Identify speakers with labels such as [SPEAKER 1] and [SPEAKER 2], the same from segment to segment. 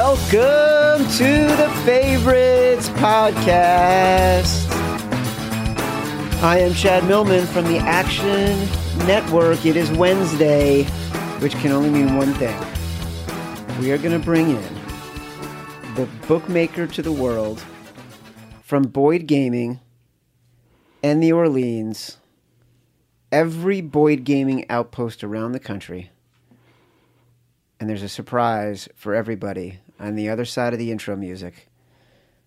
[SPEAKER 1] Welcome to the Favorites Podcast. I am Chad Millman from the Action Network. It is Wednesday, which can only mean one thing. We are going to bring in the bookmaker to the world from Boyd Gaming and the Orleans, every Boyd Gaming outpost around the country. And there's a surprise for everybody on the other side of the intro music.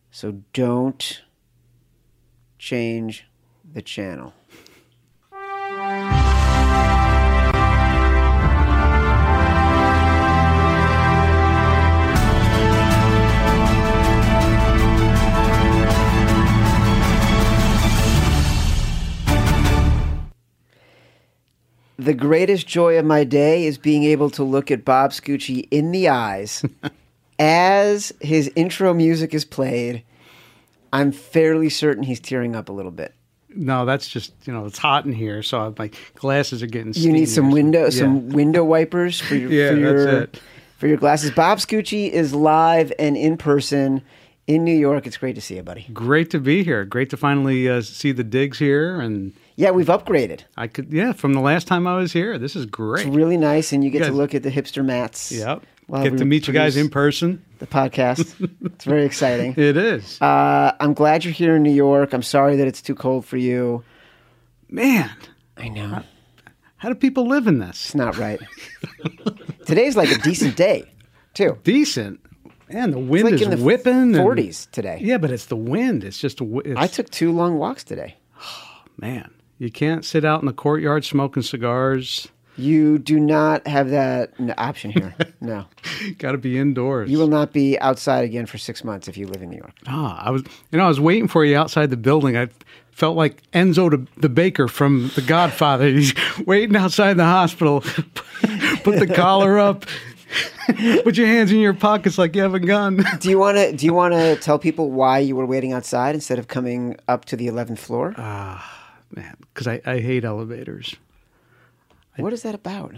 [SPEAKER 1] So don't change the channel. The greatest joy of my day is being able to look at Bob Scucci in the eyes as his intro music is played. I'm fairly certain he's tearing up a little bit.
[SPEAKER 2] No, that's just you know it's hot in here, so I- my glasses are getting.
[SPEAKER 1] You need
[SPEAKER 2] steamy
[SPEAKER 1] some
[SPEAKER 2] or
[SPEAKER 1] window some
[SPEAKER 2] something.
[SPEAKER 1] window wipers for your
[SPEAKER 2] Yeah,
[SPEAKER 1] for
[SPEAKER 2] that's
[SPEAKER 1] your
[SPEAKER 2] it.
[SPEAKER 1] for your glasses. Bob Scucci is live and in person in New York. It's great to see you, buddy.
[SPEAKER 2] Yeah. Great to be here. Great to finally uh, see the digs here, and
[SPEAKER 1] Yeah, we've upgraded.
[SPEAKER 2] I could yeah from the last time I was here. This is great.
[SPEAKER 1] It's really nice, and you get to
[SPEAKER 2] guys-
[SPEAKER 1] look at the hipster mats.
[SPEAKER 2] Yep.
[SPEAKER 1] while
[SPEAKER 2] Get
[SPEAKER 1] we
[SPEAKER 2] to meet you guys in
[SPEAKER 1] produce
[SPEAKER 2] person.
[SPEAKER 1] the podcast. it's very exciting.
[SPEAKER 2] It is
[SPEAKER 1] Uh, I'm glad you're here in New York. I'm sorry that it's too cold for you.
[SPEAKER 2] man.
[SPEAKER 1] I know.
[SPEAKER 2] How do people live in this?
[SPEAKER 1] It's not right. Today's like a decent day, too.
[SPEAKER 2] Decent. Man, the wind
[SPEAKER 1] Like
[SPEAKER 2] is
[SPEAKER 1] in the
[SPEAKER 2] whipping. and-
[SPEAKER 1] 40s today.
[SPEAKER 2] Yeah, but it's the wind. It's just a wi- it's,
[SPEAKER 1] I took two long walks today.
[SPEAKER 2] man. You can't sit out in the courtyard smoking cigars.
[SPEAKER 1] You do not have that n- option here. No.
[SPEAKER 2] Got to be indoors.
[SPEAKER 1] You will not be outside again for six months if you live in New York.
[SPEAKER 2] Ah, I was, you know, I was waiting for you outside the building. I felt like Enzo the, the baker from The Godfather. He's waiting outside the hospital. Put the collar up. Put your hands in your pockets like you have a gun.
[SPEAKER 1] Do you want to? Do you want to tell people why you were waiting outside instead of coming up to the eleventh floor?
[SPEAKER 2] Man, because I, I hate elevators.
[SPEAKER 1] what is that about?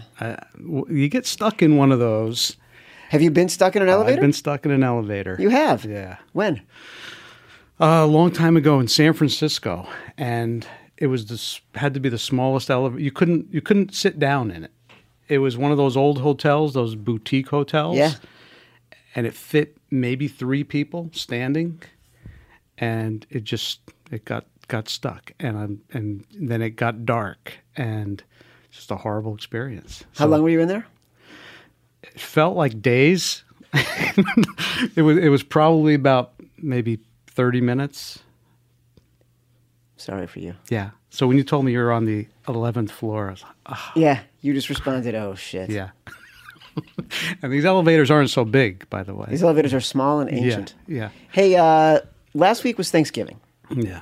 [SPEAKER 2] W- You get stuck in one of those.
[SPEAKER 1] Have you been stuck in an elevator?
[SPEAKER 2] I've been stuck in an elevator.
[SPEAKER 1] you have.
[SPEAKER 2] Yeah.
[SPEAKER 1] When?
[SPEAKER 2] Uh, a long time ago in San Francisco, and it was this had to be the smallest elevator. You couldn't you couldn't sit down in it. It was one of those old hotels, those boutique hotels.
[SPEAKER 1] Yeah.
[SPEAKER 2] and it fit maybe three people standing, and it just it got got stuck, and I'm, and then it got dark, and just a horrible experience.
[SPEAKER 1] How long were you in there?
[SPEAKER 2] It felt like days. it was it was probably about maybe thirty minutes.
[SPEAKER 1] Sorry for you.
[SPEAKER 2] Yeah. So when you told me you were on the 11th floor, I was like, "Ah,
[SPEAKER 1] Yeah, you just responded. Oh shit.
[SPEAKER 2] yeah. and these elevators aren't so big, by the way.
[SPEAKER 1] These elevators are small and
[SPEAKER 2] yeah.
[SPEAKER 1] ancient.
[SPEAKER 2] Yeah.
[SPEAKER 1] Hey, uh, last week was Thanksgiving,
[SPEAKER 2] Yeah.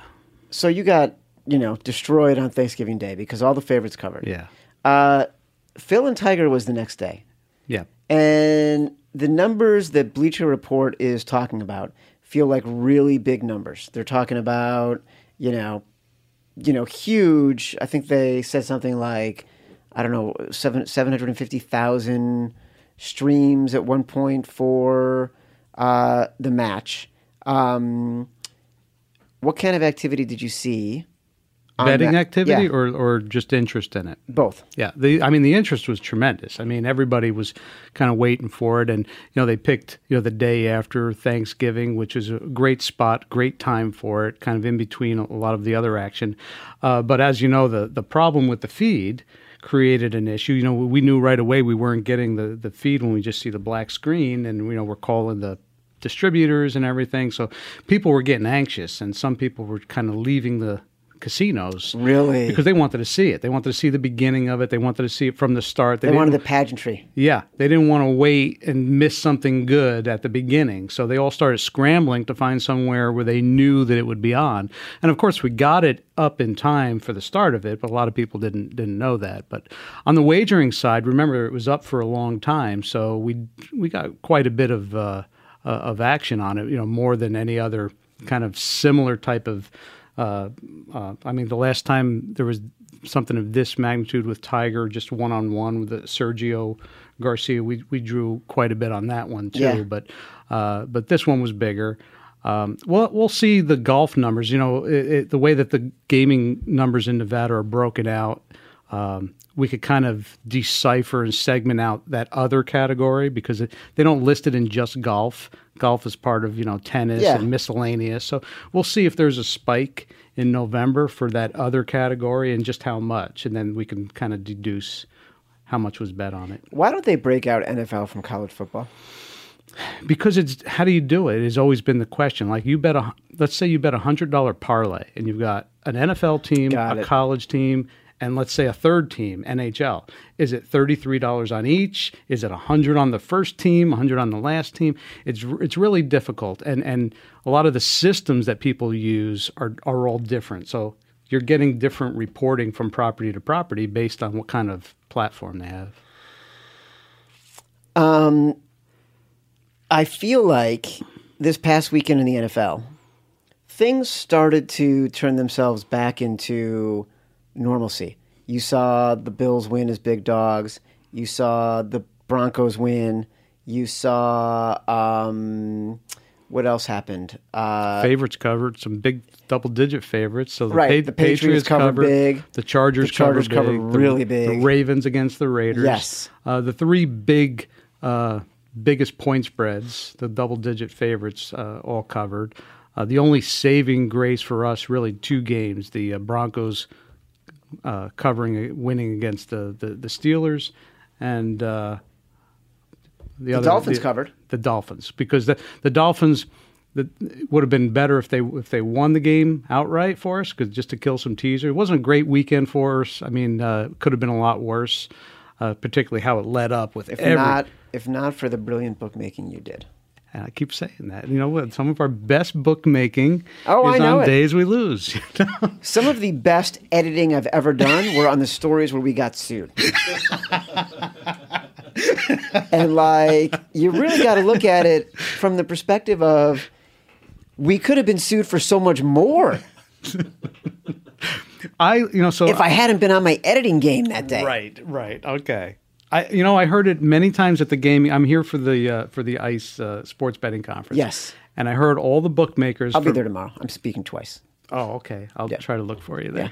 [SPEAKER 1] so you got you know destroyed on Thanksgiving Day because all the favorites covered.
[SPEAKER 2] Yeah.
[SPEAKER 1] Uh, Phil and Tiger was the next day.
[SPEAKER 2] Yeah.
[SPEAKER 1] And the numbers that Bleacher Report is talking about feel like really big numbers. They're talking about, you know, you know, huge. I think they said something like, I don't know, seven seven hundred and fifty thousand streams at one point for uh, the match. Um, what kind of activity did you see? on
[SPEAKER 2] Betting
[SPEAKER 1] that?
[SPEAKER 2] activity
[SPEAKER 1] Yeah,
[SPEAKER 2] or, or just interest in it?
[SPEAKER 1] both?
[SPEAKER 2] Yeah, the I mean the interest was tremendous. I mean everybody was kind of waiting for it, and you know they picked you know the day after Thanksgiving, which is a great spot, great time for it, kind of in between a lot of the other action. Uh, but as you know, the the problem with the feed created an issue. You know we knew right away we weren't getting the the feed when we just see the black screen, and you know we're calling the distributors and everything. So people were getting anxious, and some people were kind of leaving the casinos
[SPEAKER 1] Really?
[SPEAKER 2] because they wanted to see it. They wanted to see the beginning of it. They wanted to see it from the start.
[SPEAKER 1] They wanted
[SPEAKER 2] didn't-
[SPEAKER 1] the pageantry.
[SPEAKER 2] yeah, they didn't want to wait and miss something good at the beginning. So they all started scrambling to find somewhere where they knew that it would be on. And of course, we got it up in time for the start of it, but a lot of people didn't didn't know that. But on the wagering side, remember it was up for a long time, so we we got quite a bit of uh, uh, of action on it. You know, more than any other kind of similar type of. Uh, uh, I mean, the last time there was something of this magnitude with Tiger, just one on one with the Sergio Garcia. We we drew quite a bit on that one too,
[SPEAKER 1] Yeah.
[SPEAKER 2] but uh, but this one was bigger. Um, well, we'll see the golf numbers. You know, it, it, the way that the gaming numbers in Nevada are broken out, um, we could kind of decipher and segment out that other category because it, they don't list it in just golf. Golf is part of you know tennis
[SPEAKER 1] Yeah.
[SPEAKER 2] and miscellaneous. So we'll see if there's a spike in November for that other category and just how much, and then we can kind of deduce how much was bet on it
[SPEAKER 1] Why don't they break out NFL from college football?
[SPEAKER 2] because it's how do you do it? It's always been the question. Like you bet a let's say you bet a hundred dollar parlay, and you've got an NFL team,
[SPEAKER 1] Got
[SPEAKER 2] a
[SPEAKER 1] it.
[SPEAKER 2] college team, and let's say a third team, NHL. Is it thirty three dollars on each? Is it a hundred on the first team, a hundred on the last team? It's r- it's really difficult, and and a lot of the systems that people use are are all different. So you're getting different reporting from property to property based on what kind of platform they have.
[SPEAKER 1] Um, I feel like this past weekend in the NFL, things started to turn themselves back into normalcy. You saw the Bills win as big dogs. You saw the Broncos win. You saw um, what else happened? Uh,
[SPEAKER 2] favorites covered, some big double digit favorites. So the,
[SPEAKER 1] Right,
[SPEAKER 2] Pa-
[SPEAKER 1] the Patriots covered big,
[SPEAKER 2] the Chargers,
[SPEAKER 1] the Chargers
[SPEAKER 2] covered,
[SPEAKER 1] covered
[SPEAKER 2] big,
[SPEAKER 1] really
[SPEAKER 2] the, the
[SPEAKER 1] big.
[SPEAKER 2] Ravens against the Raiders.
[SPEAKER 1] Yes.
[SPEAKER 2] uh, the three big uh, biggest point spreads, the double digit favorites, uh, all covered. Uh, the only saving grace for us, really, two games: the uh, Broncos uh, covering, winning against the the, the Steelers, and uh, the, other
[SPEAKER 1] Dolphins covered.
[SPEAKER 2] the Dolphins because the the Dolphins the, would have been better if they if they won the game outright for us 'cause just to kill some teaser. It wasn't a great weekend for us. I mean, uh, could have been a lot worse, uh, particularly how it led up with
[SPEAKER 1] if
[SPEAKER 2] every.
[SPEAKER 1] not, if not for the brilliant bookmaking you did.
[SPEAKER 2] and I keep saying that you know what? Some of our best bookmaking
[SPEAKER 1] Oh,
[SPEAKER 2] is
[SPEAKER 1] I know
[SPEAKER 2] on
[SPEAKER 1] it.
[SPEAKER 2] days we lose.
[SPEAKER 1] Some of the best editing I've ever done were on the stories where we got sued. and like, you really got to look at it from the perspective of we could have been sued for so much more
[SPEAKER 2] I you know so
[SPEAKER 1] if I hadn't been on my editing game that day.
[SPEAKER 2] Right, right, okay. I, you know, I heard it many times at the game. I'm here for the uh, for the ICE uh, sports betting conference.
[SPEAKER 1] Yes.
[SPEAKER 2] and I heard all the bookmakers.
[SPEAKER 1] I'll be
[SPEAKER 2] from-
[SPEAKER 1] there tomorrow. I'm speaking twice.
[SPEAKER 2] Oh, okay. I'll
[SPEAKER 1] Yeah.
[SPEAKER 2] try to look for you there.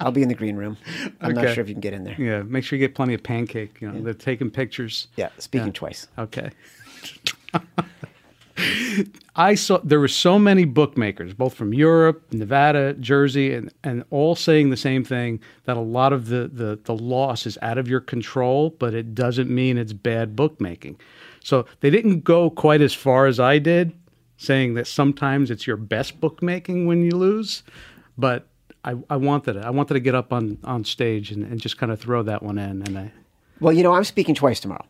[SPEAKER 1] I'll be in the green room. I'm not
[SPEAKER 2] Okay.
[SPEAKER 1] sure if you can get in there.
[SPEAKER 2] Yeah. make sure you get plenty of pancake. You know, they're taking pictures.
[SPEAKER 1] Yeah, speaking twice.
[SPEAKER 2] Okay. I saw there were so many bookmakers, both from Europe, Nevada, Jersey, and, and all saying the same thing that a lot of the, the, the loss is out of your control, but it doesn't mean it's bad bookmaking. So they didn't go quite as far as I did, saying that sometimes it's your best bookmaking when you lose. But I, I wanted it. I wanted to get up on, on stage and, and just kind of throw that one in. And I,
[SPEAKER 1] Well, you know, I'm speaking twice tomorrow.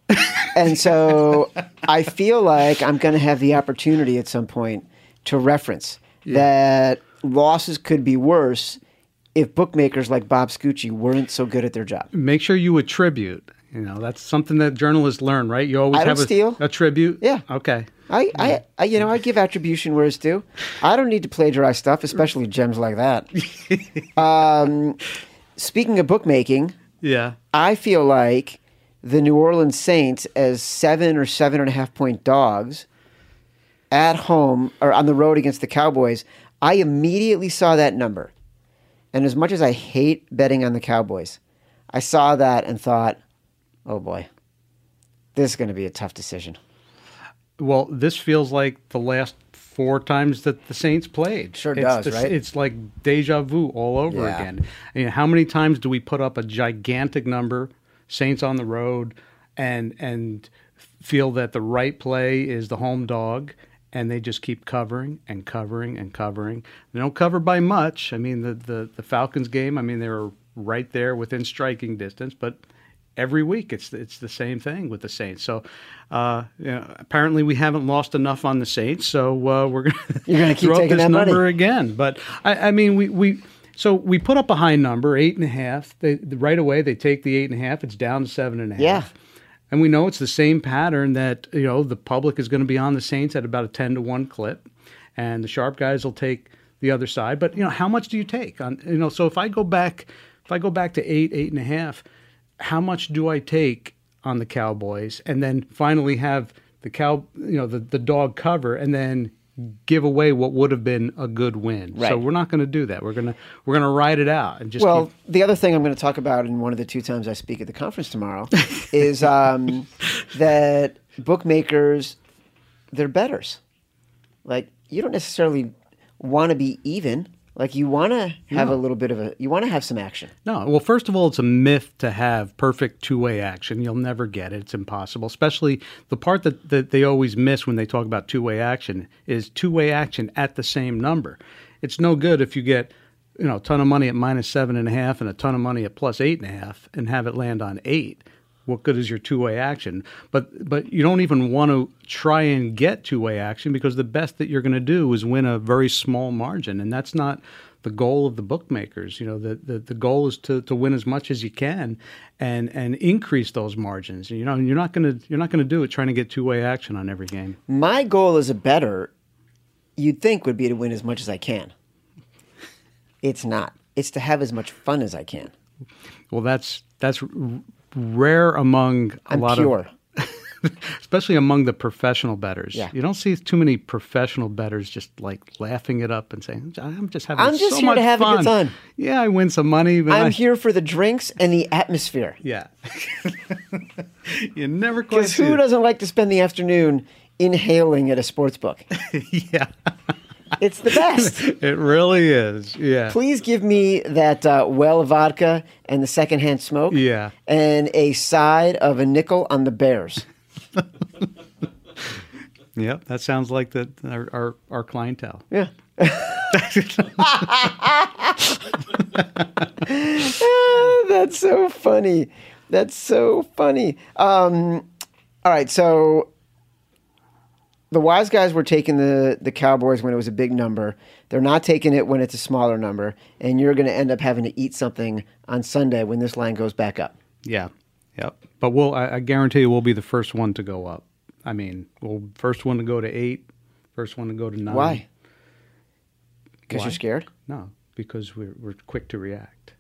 [SPEAKER 1] and so I feel like I'm going to have the opportunity at some point to reference that losses could be worse if bookmakers like Bob Scucci weren't so good at their job.
[SPEAKER 2] make sure you attribute. You know, that's something that journalists learn, right? You always
[SPEAKER 1] I don't
[SPEAKER 2] have a,
[SPEAKER 1] steal.
[SPEAKER 2] a tribute.
[SPEAKER 1] Yeah.
[SPEAKER 2] Okay.
[SPEAKER 1] I, I, I, you know, I give attribution where it's due. I don't need to plagiarize stuff, especially gems like that. um, speaking of bookmaking,
[SPEAKER 2] Yeah.
[SPEAKER 1] I feel like the New Orleans Saints as seven or seven and a half point dogs at home or on the road against the Cowboys. I immediately saw that number. And as much as I hate betting on the Cowboys, I saw that and thought, oh boy, this is going to be a tough decision.
[SPEAKER 2] Well, this feels like the last four times that the Saints played.
[SPEAKER 1] Sure
[SPEAKER 2] it's
[SPEAKER 1] does,
[SPEAKER 2] the-
[SPEAKER 1] right?
[SPEAKER 2] It's like deja vu all over
[SPEAKER 1] Yeah.
[SPEAKER 2] again. I mean, how many times do we put up a gigantic number, Saints on the road, and and feel that the right play is the home dog, and they just keep covering and covering and covering. They don't cover by much. I mean, the the, the Falcons game. I mean, they were right there within striking distance, but every week it's it's the same thing with the Saints. So uh, you know, apparently we haven't lost enough on the Saints, so uh, we're gonna
[SPEAKER 1] You're gonna keep
[SPEAKER 2] throw up
[SPEAKER 1] taking
[SPEAKER 2] this
[SPEAKER 1] that money.
[SPEAKER 2] number again. But I, I mean, we we so we put up a high number, eight and a half. They right away they take the eight and a half. It's down to seven and a half.
[SPEAKER 1] Yeah.
[SPEAKER 2] And we know it's the same pattern that you know the public is going to be on the Saints at about a ten to one clip, and the sharp guys will take the other side. But you know, how much do you take on? You know, so if I go back, if I go back to eight, eight and a half, how much do I take on the Cowboys, and then finally have the cow, you know, the the dog cover, and then give away what would have been a good win. So
[SPEAKER 1] Right.
[SPEAKER 2] we're not going to do that. We're gonna we're gonna ride it out and just
[SPEAKER 1] Well,
[SPEAKER 2] keep-
[SPEAKER 1] the other thing I'm going to talk about in one of the two times I speak at the conference tomorrow is um, that bookmakers, they're betters. Like, you don't necessarily want to be even. Like, you want to have a little bit of a, you want to have some action.
[SPEAKER 2] No. Well, first of all, it's a myth to have perfect two way action. You'll never get it. It's impossible. Especially the part that, that they always miss when they talk about two way action is two way action at the same number. It's no good if you get, you know, a ton of money at minus seven and a half and a ton of money at plus eight and a half and have it land on eight. What good is your two way action? But but you don't even want to try and get two way action because the best that you're going to do is win a very small margin. And that's not the goal of the bookmakers. You know, the, the, the goal is to, to win as much as you can and, and increase those margins. You know, and you're not gonna you're not gonna do it trying to get two way action on every game.
[SPEAKER 1] My goal as a better, you'd think, would be to win as much as I can. It's not. It's to have as much fun as I can.
[SPEAKER 2] Well that's that's r- rare among a
[SPEAKER 1] I'm
[SPEAKER 2] lot
[SPEAKER 1] pure.
[SPEAKER 2] of especially among the professional betters.
[SPEAKER 1] Yeah.
[SPEAKER 2] You don't see too many professional bettors just like laughing it up and saying, I'm just having
[SPEAKER 1] I'm just here
[SPEAKER 2] so
[SPEAKER 1] to
[SPEAKER 2] much
[SPEAKER 1] have a good
[SPEAKER 2] fun."
[SPEAKER 1] time.
[SPEAKER 2] Yeah, I win some money, but I-
[SPEAKER 1] I'm here for the drinks and the atmosphere.
[SPEAKER 2] Yeah. you never quite
[SPEAKER 1] Because
[SPEAKER 2] see
[SPEAKER 1] who
[SPEAKER 2] it.
[SPEAKER 1] doesn't like to spend the afternoon inhaling at a sports book?
[SPEAKER 2] Yeah.
[SPEAKER 1] It's the best.
[SPEAKER 2] It really is. Yeah.
[SPEAKER 1] Please give me that uh, well vodka and the secondhand smoke.
[SPEAKER 2] Yeah.
[SPEAKER 1] And a side of a nickel on the Bears.
[SPEAKER 2] Yep, that sounds like the our our, our clientele.
[SPEAKER 1] Yeah. That's so funny. That's so funny. Um, all right, so the wise guys were taking the the Cowboys when it was a big number. They're not taking it when it's a smaller number, and you're going to end up having to eat something on Sunday when this line goes back up.
[SPEAKER 2] Yeah, yep. But we'll I, I guarantee you we'll be the first one to go up. I mean, we'll first one to go to eight, first one to go to nine.
[SPEAKER 1] Why? Because
[SPEAKER 2] Why?
[SPEAKER 1] you're scared,
[SPEAKER 2] No, because we're we're quick to react.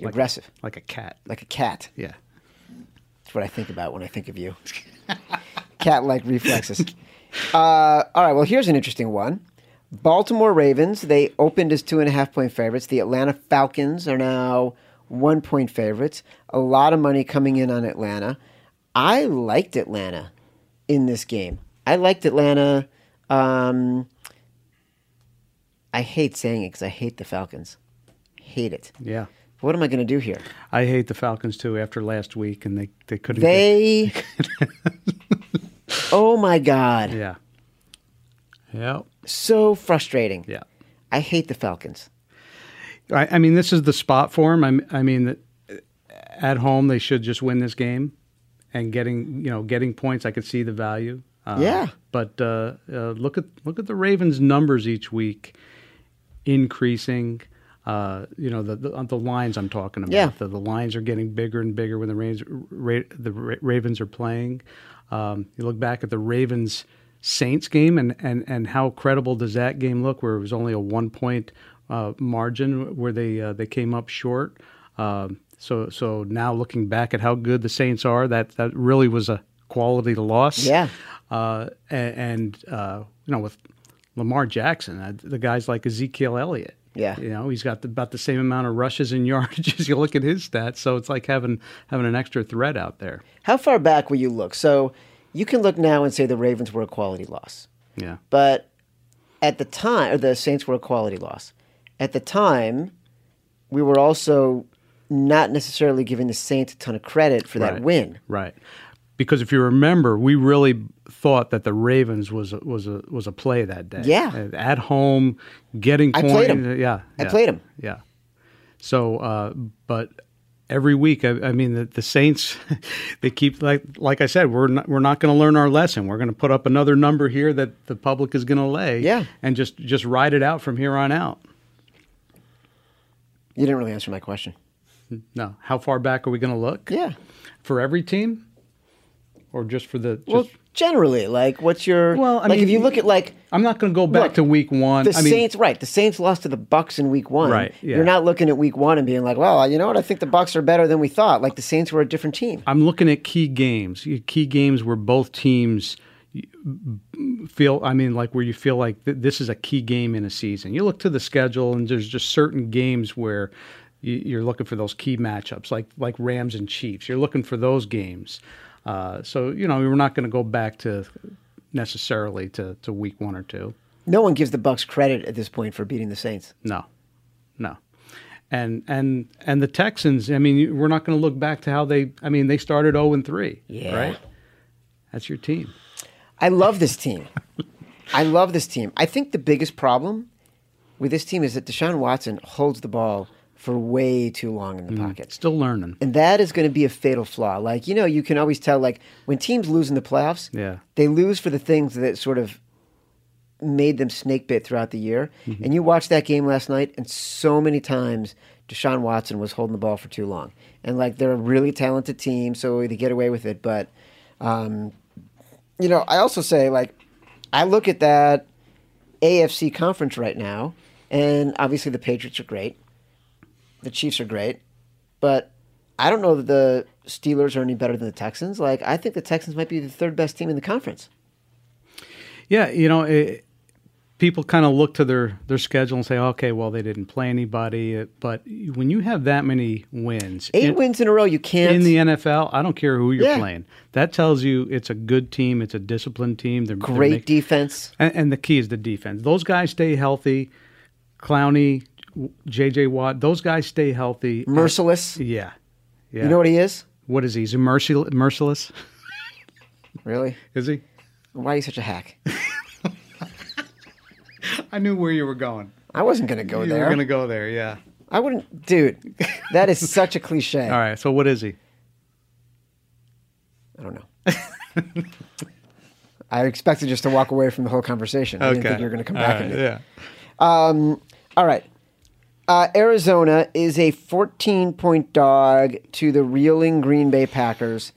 [SPEAKER 1] You're aggressive.
[SPEAKER 2] like a cat.
[SPEAKER 1] like a cat.
[SPEAKER 2] Yeah.
[SPEAKER 1] That's what I think about when I think of you. Cat like reflexes. Uh, all right, well, here's an interesting one. Baltimore Ravens, they opened as two and a half point favorites. The Atlanta Falcons are now one point favorites. A lot of money coming in on Atlanta. I liked Atlanta in this game. I liked Atlanta. Um, I hate saying it because I hate the Falcons. Hate it.
[SPEAKER 2] Yeah.
[SPEAKER 1] What am I going to do here?
[SPEAKER 2] I hate the Falcons too after last week and they, they couldn't
[SPEAKER 1] They. oh my God.
[SPEAKER 2] get, Yeah. Yep.
[SPEAKER 1] So frustrating.
[SPEAKER 2] Yeah.
[SPEAKER 1] I hate the Falcons.
[SPEAKER 2] I, I mean, this is the spot for them. I, m- I mean, th- at home they should just win this game, and getting you know getting points. I could see the value. Uh,
[SPEAKER 1] Yeah.
[SPEAKER 2] But uh, uh, look at look at the Ravens' numbers each week, increasing. Uh, you know the, the the lines I'm talking about.
[SPEAKER 1] Yeah.
[SPEAKER 2] The, the lines are getting bigger and bigger when the Ravens ra- the Ra- Ravens are playing. Um, you look back at the Ravens Saints game and, and and how credible does that game look? Where it was only a one point uh, margin where they uh, they came up short. Um, so so now looking back at how good the Saints are, that that really was a quality loss
[SPEAKER 1] Yeah.
[SPEAKER 2] uh, a- and, uh, you know with Lamar Jackson, uh, the guys like Ezekiel Elliott.
[SPEAKER 1] Yeah.
[SPEAKER 2] you know he's got the, about the same amount of rushes and yards as you look at his stats. So it's like having having an extra threat out there.
[SPEAKER 1] How far back will you look? So you can look now and say the Ravens were a quality loss.
[SPEAKER 2] Yeah,
[SPEAKER 1] But at the time, or the Saints were a quality loss. At the time, we were also not necessarily giving the Saints a ton of credit for that
[SPEAKER 2] Right.
[SPEAKER 1] win.
[SPEAKER 2] right. Because if you remember, we really thought that the Ravens was a, was a was a play that day.
[SPEAKER 1] Yeah.
[SPEAKER 2] Uh, at home, getting
[SPEAKER 1] I
[SPEAKER 2] point.
[SPEAKER 1] played 'em.
[SPEAKER 2] uh, Yeah,
[SPEAKER 1] I
[SPEAKER 2] yeah.
[SPEAKER 1] played 'em.
[SPEAKER 2] Yeah. So, uh, but every week, I, I mean, the, the Saints, they keep like like I said, we're not, we're not going to learn our lesson. We're going to put up another number here that the public is going to lay.
[SPEAKER 1] Yeah.
[SPEAKER 2] and just just ride it out from here on out.
[SPEAKER 1] You didn't really answer my question.
[SPEAKER 2] No, how far back are we going to look?
[SPEAKER 1] Yeah.
[SPEAKER 2] for every team, or just for the just
[SPEAKER 1] Well, generally? Like, what's your
[SPEAKER 2] Well, I
[SPEAKER 1] like? if
[SPEAKER 2] mean,
[SPEAKER 1] you look at like
[SPEAKER 2] I'm not going to go back
[SPEAKER 1] Look,
[SPEAKER 2] to week one.
[SPEAKER 1] the
[SPEAKER 2] I mean,
[SPEAKER 1] Saints, right? The Saints lost to the Bucks in Week One.
[SPEAKER 2] Right, yeah.
[SPEAKER 1] You're not looking at Week One and being like, well, you know what? I think the Bucks are better than we thought. Like the Saints were a different team.
[SPEAKER 2] I'm looking at key games, key games where both teams feel. I mean, like where you feel like th- this is a key game in a season. You look to the schedule, and there's just certain games where y- you're looking for those key matchups, like like Rams and Chiefs. You're looking for those games. Uh, so you know we're not going to go back to necessarily to, to week one or two.
[SPEAKER 1] No one gives the Bucks credit at this point for beating the Saints.
[SPEAKER 2] No, no, and and and the Texans. I mean, you- we're not going to look back to how they. I mean, they started zero and three.
[SPEAKER 1] Yeah.
[SPEAKER 2] right. That's your team.
[SPEAKER 1] I love this team. I love this team. I think the biggest problem with this team is that Deshaun Watson holds the ball for way too long in the
[SPEAKER 2] Mm-hmm.
[SPEAKER 1] pocket.
[SPEAKER 2] Still learning.
[SPEAKER 1] And that is going to be a fatal flaw. Like, you know, you can always tell, like, when teams lose in the playoffs,
[SPEAKER 2] Yeah.
[SPEAKER 1] they lose for the things that sort of made them snake bit throughout the year. And you watched that game last night, and so many times Deshaun Watson was holding the ball for too long. And, like, they're a really talented team, so they get away with it. But, um, you know, I also say, like, I look at that AFC conference right now, and obviously the Patriots are great the Chiefs are great, but I don't know that the Steelers are any better than the Texans. Like, I think the Texans might be the third best team in the conference.
[SPEAKER 2] Yeah, you know, it, people kind of look to their their schedule and say, okay, well, they didn't play anybody. uh, But when you have that many wins,
[SPEAKER 1] Eight
[SPEAKER 2] in,
[SPEAKER 1] wins in a row, you can't.
[SPEAKER 2] in the NFL, I don't care who you're
[SPEAKER 1] Yeah.
[SPEAKER 2] playing. That tells you it's a good team. It's a disciplined team. They're they're
[SPEAKER 1] great
[SPEAKER 2] making-
[SPEAKER 1] defense.
[SPEAKER 2] And, and the key is the defense. Those guys stay healthy. Clowney, J.J. Watt, those guys stay healthy.
[SPEAKER 1] Merciless.
[SPEAKER 2] Yeah. Yeah.
[SPEAKER 1] You know what he is?
[SPEAKER 2] what is he? Is he mercil- merciless?
[SPEAKER 1] Really?
[SPEAKER 2] Is he?
[SPEAKER 1] Why are you such a hack?
[SPEAKER 2] I knew where you were going.
[SPEAKER 1] I wasn't going to go
[SPEAKER 2] you
[SPEAKER 1] Oh, there.
[SPEAKER 2] were going to go there, yeah.
[SPEAKER 1] I wouldn't. Dude, that is such a cliche.
[SPEAKER 2] All right, so what is he?
[SPEAKER 1] I don't know. I expected just to walk away from the whole conversation. I didn't think you were going to come back.
[SPEAKER 2] All
[SPEAKER 1] and
[SPEAKER 2] right,
[SPEAKER 1] do
[SPEAKER 2] yeah.
[SPEAKER 1] All right. Uh, Arizona is a 14 point dog to the reeling Green Bay Packers.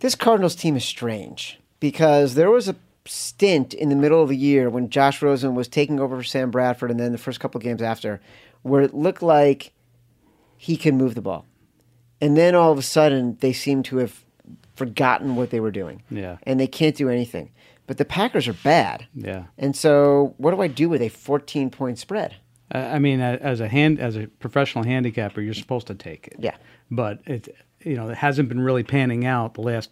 [SPEAKER 1] This Cardinals team is strange because there was a stint in the middle of the year when Josh Rosen was taking over for Sam Bradford and then the first couple games after where it looked like he can move the ball. And then all of a sudden they seem to have forgotten what they were doing.
[SPEAKER 2] Yeah.
[SPEAKER 1] And they can't do anything. But the Packers are bad.
[SPEAKER 2] Yeah.
[SPEAKER 1] And so what do I do with a 14 point spread?
[SPEAKER 2] I I mean, a- as a hand, as a professional handicapper, you're supposed to take it.
[SPEAKER 1] Yeah.
[SPEAKER 2] But it, you know, it hasn't been really panning out the last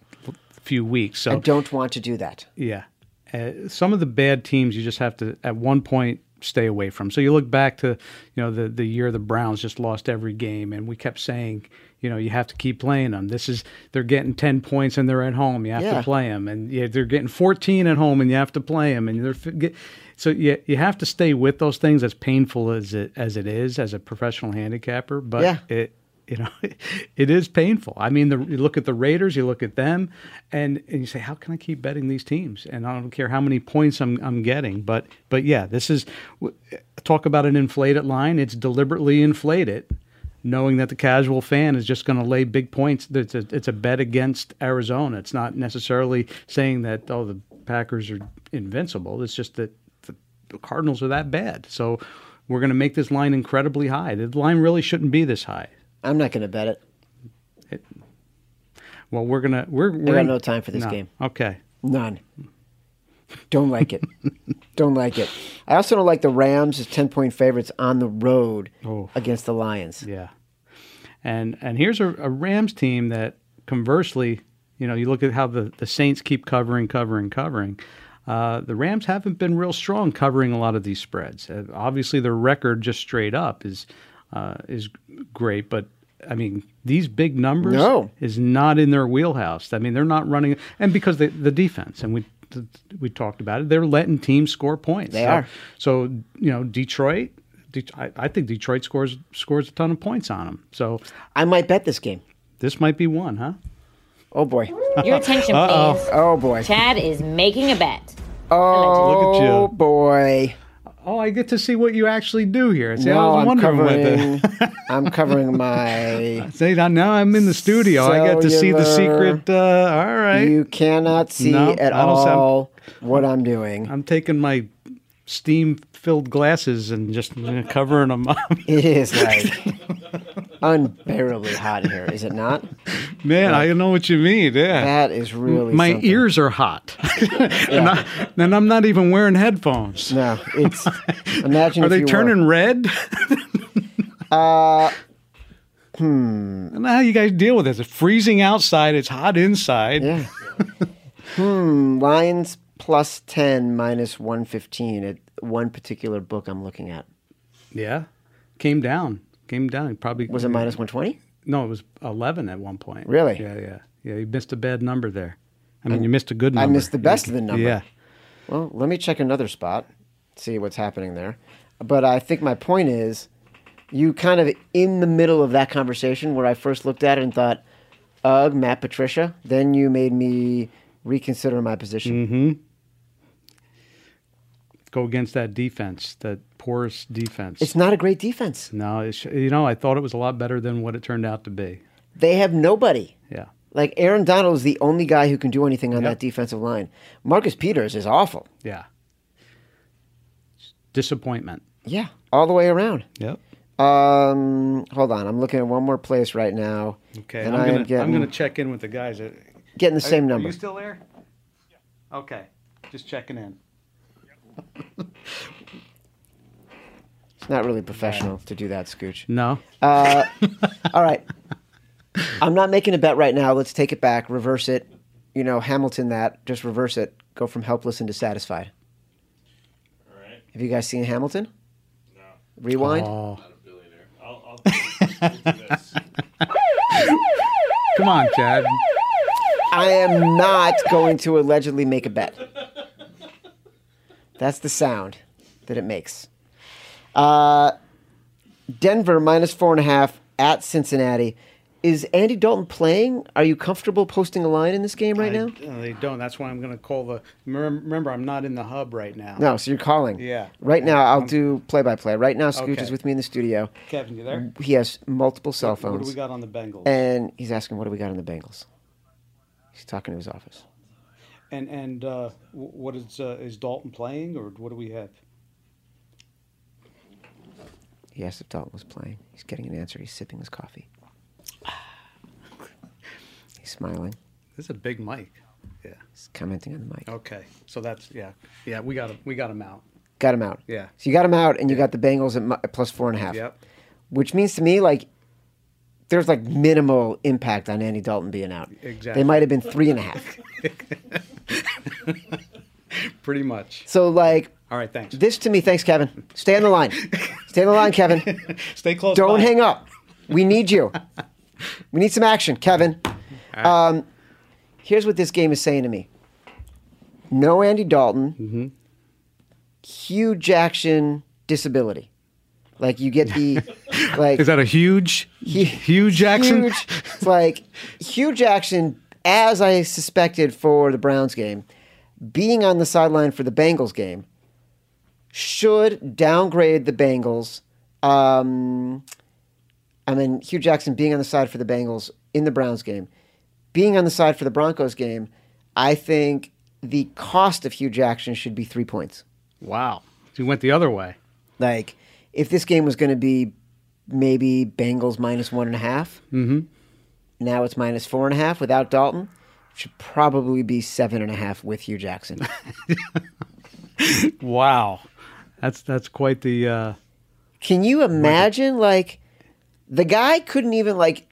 [SPEAKER 2] few weeks. So
[SPEAKER 1] I don't want to do that.
[SPEAKER 2] Yeah. Uh, some of the bad teams you just have to at one point stay away from. So you look back to, you know, the the year the Browns just lost every game and we kept saying, you know, you have to keep playing them. This is they're getting 10 points and they're at home. You have
[SPEAKER 1] Yeah.
[SPEAKER 2] to play them and yeah, they're getting 14 at home and you have to play them and they're fi- get, so you you have to stay with those things as painful as it as it is as a professional handicapper, but
[SPEAKER 1] Yeah.
[SPEAKER 2] it you know it is painful i mean the, you look at the raiders you look at them and, and you say how can i keep betting these teams and i don't care how many points i'm, I'm getting but but yeah this is w- talk about an inflated line it's deliberately inflated knowing that the casual fan is just going to lay big points it's a, it's a bet against arizona it's not necessarily saying that oh the packers are invincible it's just that the the Cardinals are that bad. So we're going to make this line incredibly high. The line really shouldn't be this high.
[SPEAKER 1] I'm not going to bet it.
[SPEAKER 2] Well, we're gonna we're we're
[SPEAKER 1] got
[SPEAKER 2] in-
[SPEAKER 1] no time for this game.
[SPEAKER 2] Okay,
[SPEAKER 1] None. Don't like it. don't like it. I also don't like the Rams as 10 point favorites on the road
[SPEAKER 2] Oh.
[SPEAKER 1] against the Lions.
[SPEAKER 2] yeah. And and here's a, a Rams team that conversely, you know, you look at how the the Saints keep covering, covering, covering. Uh, the Rams haven't been real strong covering a lot of these spreads. Uh, obviously, their record just straight up is uh, is great, but I mean these big numbers
[SPEAKER 1] No.
[SPEAKER 2] is not in their wheelhouse. I mean they're not running, and because they, the defense, and we we talked about it, they're letting teams score points.
[SPEAKER 1] They
[SPEAKER 2] So-
[SPEAKER 1] are.
[SPEAKER 2] So you know, Detroit. Det- I I think Detroit scores scores a ton of points on them. So
[SPEAKER 1] I might bet this game.
[SPEAKER 2] this might be one, huh?
[SPEAKER 1] Oh boy.
[SPEAKER 3] Your attention, please.
[SPEAKER 1] Oh boy.
[SPEAKER 3] Chad is making a bet.
[SPEAKER 1] Oh
[SPEAKER 2] Look at you.
[SPEAKER 1] boy.
[SPEAKER 2] oh, I get to see what you actually do here. See, I
[SPEAKER 1] No,
[SPEAKER 2] was
[SPEAKER 1] I'm
[SPEAKER 2] wondering
[SPEAKER 1] covering.
[SPEAKER 2] whether.
[SPEAKER 1] I'm covering my.
[SPEAKER 2] See, now, now I'm in the studio. I get to see the
[SPEAKER 1] Cellular.
[SPEAKER 2] secret. Uh, all right.
[SPEAKER 1] You cannot see
[SPEAKER 2] No,
[SPEAKER 1] at
[SPEAKER 2] I don't sound-
[SPEAKER 1] all what I'm doing.
[SPEAKER 2] I'm taking my steam filled glasses and just covering them up.
[SPEAKER 1] It is like unbearably hot here, is it not?
[SPEAKER 2] Man, I know what you mean. Yeah.
[SPEAKER 1] That is really
[SPEAKER 2] My
[SPEAKER 1] something.
[SPEAKER 2] ears are hot. and, I, and I'm not even wearing headphones.
[SPEAKER 1] No, it's imagine
[SPEAKER 2] Are
[SPEAKER 1] if
[SPEAKER 2] they
[SPEAKER 1] you were-
[SPEAKER 2] turning red?
[SPEAKER 1] Uh, hmm.
[SPEAKER 2] I don't know how you guys deal with this. It's freezing outside, it's hot inside.
[SPEAKER 1] yeah. hmm. Lions plus ten minus one fifteen at one particular book I'm looking at.
[SPEAKER 2] Yeah. Came down. Came down. He Probably
[SPEAKER 1] Was it minus one twenty?
[SPEAKER 2] No, it was 11 at one point.
[SPEAKER 1] Really?
[SPEAKER 2] Yeah, yeah. Yeah, you missed a bad number there. I mean, you missed a good
[SPEAKER 1] I
[SPEAKER 2] number.
[SPEAKER 1] missed the best of the number.
[SPEAKER 2] Yeah.
[SPEAKER 1] Well, let me check another spot, see what's happening there. But I think my point is, you kind of in the middle of that conversation where I first looked at it and thought, ugh, Matt Patricia. Then you made me reconsider my
[SPEAKER 2] Mm.
[SPEAKER 1] position.
[SPEAKER 2] Mm-hmm. Go against that defense, that porous defense.
[SPEAKER 1] It's not a great defense.
[SPEAKER 2] No, it's, you know, I thought it was a lot better than what it turned out to be.
[SPEAKER 1] They have nobody.
[SPEAKER 2] Yeah.
[SPEAKER 1] Like Aaron Donald is the only guy who can do anything on
[SPEAKER 2] Yep.
[SPEAKER 1] that defensive line. Marcus Peters is awful.
[SPEAKER 2] Yeah. Disappointment.
[SPEAKER 1] Yeah, all the way around.
[SPEAKER 2] Yep.
[SPEAKER 1] Um, hold on, I'm looking at one more place right now.
[SPEAKER 2] Okay.
[SPEAKER 1] and
[SPEAKER 2] I'm
[SPEAKER 1] I am
[SPEAKER 2] gonna
[SPEAKER 1] getting,
[SPEAKER 2] I'm gonna check in with the guys. Are-
[SPEAKER 1] getting the same number.
[SPEAKER 2] Are you still there? Okay. Just checking in.
[SPEAKER 1] It's not really professional to do that, Scooch. Uh,
[SPEAKER 2] No.
[SPEAKER 1] All right. I'm not making a bet right now. Let's take it back, reverse it. You know, Hamilton that, just reverse it. Go from helpless into satisfied.
[SPEAKER 3] All right.
[SPEAKER 1] Have you guys seen Hamilton?
[SPEAKER 3] No.
[SPEAKER 1] Rewind?
[SPEAKER 2] Oh.
[SPEAKER 3] Not a billionaire. I'll, I'll we'll do this.
[SPEAKER 2] Come on, Chad.
[SPEAKER 1] I am not going to allegedly make a bet. That's the sound that it makes. Uh, Denver minus four and a half at Cincinnati. Is Andy Dalton playing? Are you comfortable posting a line in this game right now?
[SPEAKER 2] I- no, they don't. That's why I'm gonna call the. mem- Remember, I'm not in the hub right now.
[SPEAKER 1] No, so you're calling.
[SPEAKER 2] Yeah.
[SPEAKER 1] Right now, I'll do play by play. Right now, Scooch
[SPEAKER 2] Okay.
[SPEAKER 1] is with me in the studio.
[SPEAKER 2] Kevin, you there?
[SPEAKER 1] He has multiple Mm-hmm. cell
[SPEAKER 2] What do
[SPEAKER 1] phones.
[SPEAKER 2] we got on the Bengals?
[SPEAKER 1] And he's asking, what do we got in the Bengals? He's talking to his office.
[SPEAKER 2] And and uh, w- what is uh, is Dalton playing or what do we have?
[SPEAKER 1] He asked if Dalton was playing. He's getting an answer. He's sipping his coffee. He's smiling.
[SPEAKER 2] This is a big mic. Yeah.
[SPEAKER 1] He's commenting on the mic.
[SPEAKER 2] Okay, so that's yeah, yeah. We got him. We got him out.
[SPEAKER 1] Got him out.
[SPEAKER 2] Yeah.
[SPEAKER 1] So you got him out, and you got the Bengals at, mu- at plus four and a half.
[SPEAKER 2] Yep.
[SPEAKER 1] Which means to me, like, there's like minimal impact on Andy Dalton being out.
[SPEAKER 2] Exactly.
[SPEAKER 1] They might have been three and a half.
[SPEAKER 2] Pretty much.
[SPEAKER 1] So like,
[SPEAKER 2] All right. Thanks.
[SPEAKER 1] This to me, thanks, Kevin. Stay on the line. Stay on the line, Kevin.
[SPEAKER 2] Stay close.
[SPEAKER 1] Don't
[SPEAKER 2] by.
[SPEAKER 1] hang up. We need you. We need some action, Kevin. Um, here's what this game is saying to me no Andy Dalton,
[SPEAKER 2] Mm-hmm.
[SPEAKER 1] huge action disability. Like, you get the, like,
[SPEAKER 2] Is that a huge, huge Jackson?
[SPEAKER 1] huge, like, huge action, as I suspected for the Browns game, being on the sideline for the Bengals game should downgrade the Bengals. Um, I mean, Hugh Jackson being on the side for the Bengals in the Browns game, being on the side for the Broncos game, I think the cost of Hugh Jackson should be three points.
[SPEAKER 2] Wow. He went the other way.
[SPEAKER 1] Like, if this game was going to be maybe Bengals minus one and a half,
[SPEAKER 2] Mm-hmm.
[SPEAKER 1] now it's minus four and a half without Dalton. Should probably be seven and a half with Hugh Jackson.
[SPEAKER 2] Wow. That's that's quite the. Uh,
[SPEAKER 1] Can you imagine? Like, the guy couldn't even like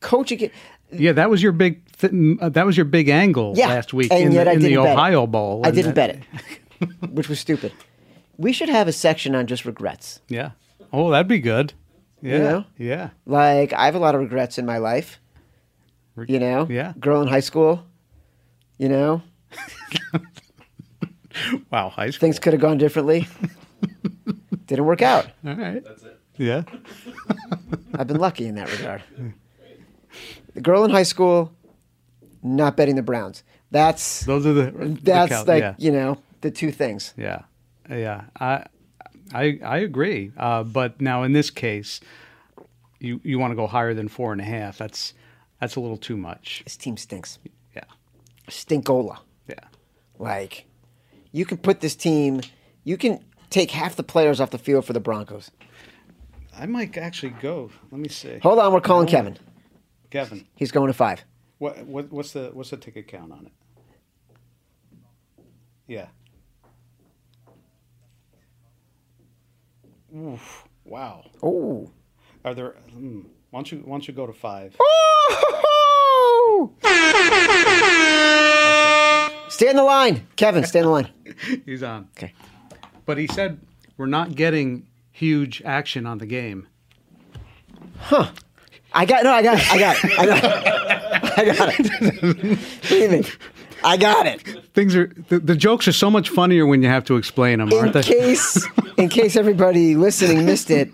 [SPEAKER 1] coach again.
[SPEAKER 2] yeah, that was your big. Th- m- uh, that was your big angle
[SPEAKER 1] Yeah,
[SPEAKER 2] last week
[SPEAKER 1] and
[SPEAKER 2] in
[SPEAKER 1] yet
[SPEAKER 2] the,
[SPEAKER 1] I
[SPEAKER 2] in the
[SPEAKER 1] didn't bet it.
[SPEAKER 2] Ohio Bowl.
[SPEAKER 1] I
[SPEAKER 2] and
[SPEAKER 1] didn't
[SPEAKER 2] that-
[SPEAKER 1] bet it, which was stupid. We should have a section on just regrets.
[SPEAKER 2] Yeah. Oh, that'd be good. Yeah.
[SPEAKER 1] know?
[SPEAKER 2] Yeah.
[SPEAKER 1] Like, I have a lot of regrets in my life. You know,
[SPEAKER 2] Yeah.
[SPEAKER 1] girl in high school. You know,
[SPEAKER 2] Wow. High school.
[SPEAKER 1] things could have gone differently. Didn't work out.
[SPEAKER 2] All right.
[SPEAKER 3] That's it.
[SPEAKER 2] Yeah.
[SPEAKER 1] I've been lucky in that regard. The girl in high school, not betting the Browns. That's
[SPEAKER 2] Those are the. the
[SPEAKER 1] that's
[SPEAKER 2] count-
[SPEAKER 1] like
[SPEAKER 2] yeah.
[SPEAKER 1] you know the two things.
[SPEAKER 2] Yeah, yeah. I I I agree. Uh, but now in this case, you you want to go higher than four and a half. That's that's a little too much.
[SPEAKER 1] This team stinks.
[SPEAKER 2] Yeah,
[SPEAKER 1] Stinkola.
[SPEAKER 2] yeah.
[SPEAKER 1] Like, you can put this team, you can take half the players off the field for the Broncos.
[SPEAKER 2] I might actually go. Let me see.
[SPEAKER 1] Hold on, we're calling Kevin.
[SPEAKER 2] Kevin,
[SPEAKER 1] He's going to five.
[SPEAKER 2] what, what what's the what's the ticket count on it? Yeah. Oof, wow.
[SPEAKER 1] Oh.
[SPEAKER 2] Are there? Hmm, why don't you why don't you go to five?
[SPEAKER 1] Stay in the line, Kevin. Stay in the line.
[SPEAKER 2] He's on.
[SPEAKER 1] Okay.
[SPEAKER 2] But he said we're not getting huge action on the game.
[SPEAKER 1] I got no. I got. It, I got. It, I got. It, I got it. Believe me, I got it.
[SPEAKER 2] Things are the, the jokes are so much funnier when you have to explain them,
[SPEAKER 1] In
[SPEAKER 2] aren't they?
[SPEAKER 1] case, in case everybody listening missed it,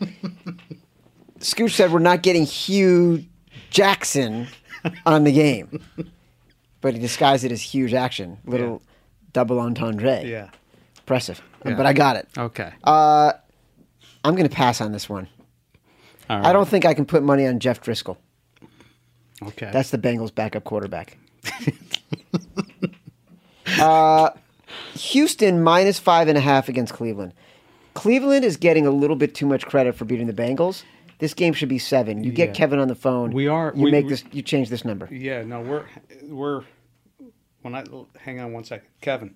[SPEAKER 1] Scooch said we're not getting Hugh Jackson on the game, but he disguised it as huge action, little double entendre.
[SPEAKER 2] yeah.
[SPEAKER 1] impressive.
[SPEAKER 2] Yeah.
[SPEAKER 1] But I got it.
[SPEAKER 2] Okay.
[SPEAKER 1] Uh, I'm going to pass on this one.
[SPEAKER 2] All right.
[SPEAKER 1] I don't think I can put money on Jeff Driscoll.
[SPEAKER 2] Okay.
[SPEAKER 1] That's the Bengals' backup quarterback. uh, Houston minus five and a half against Cleveland. Cleveland is getting a little bit too much credit for beating the Bengals. This game should be seven. You
[SPEAKER 2] Yeah.
[SPEAKER 1] get Kevin on the phone.
[SPEAKER 2] We are-
[SPEAKER 1] You
[SPEAKER 2] we-
[SPEAKER 1] make
[SPEAKER 2] we-
[SPEAKER 1] this. You change this number.
[SPEAKER 2] yeah. No, we're we're when I hang on one second, Kevin.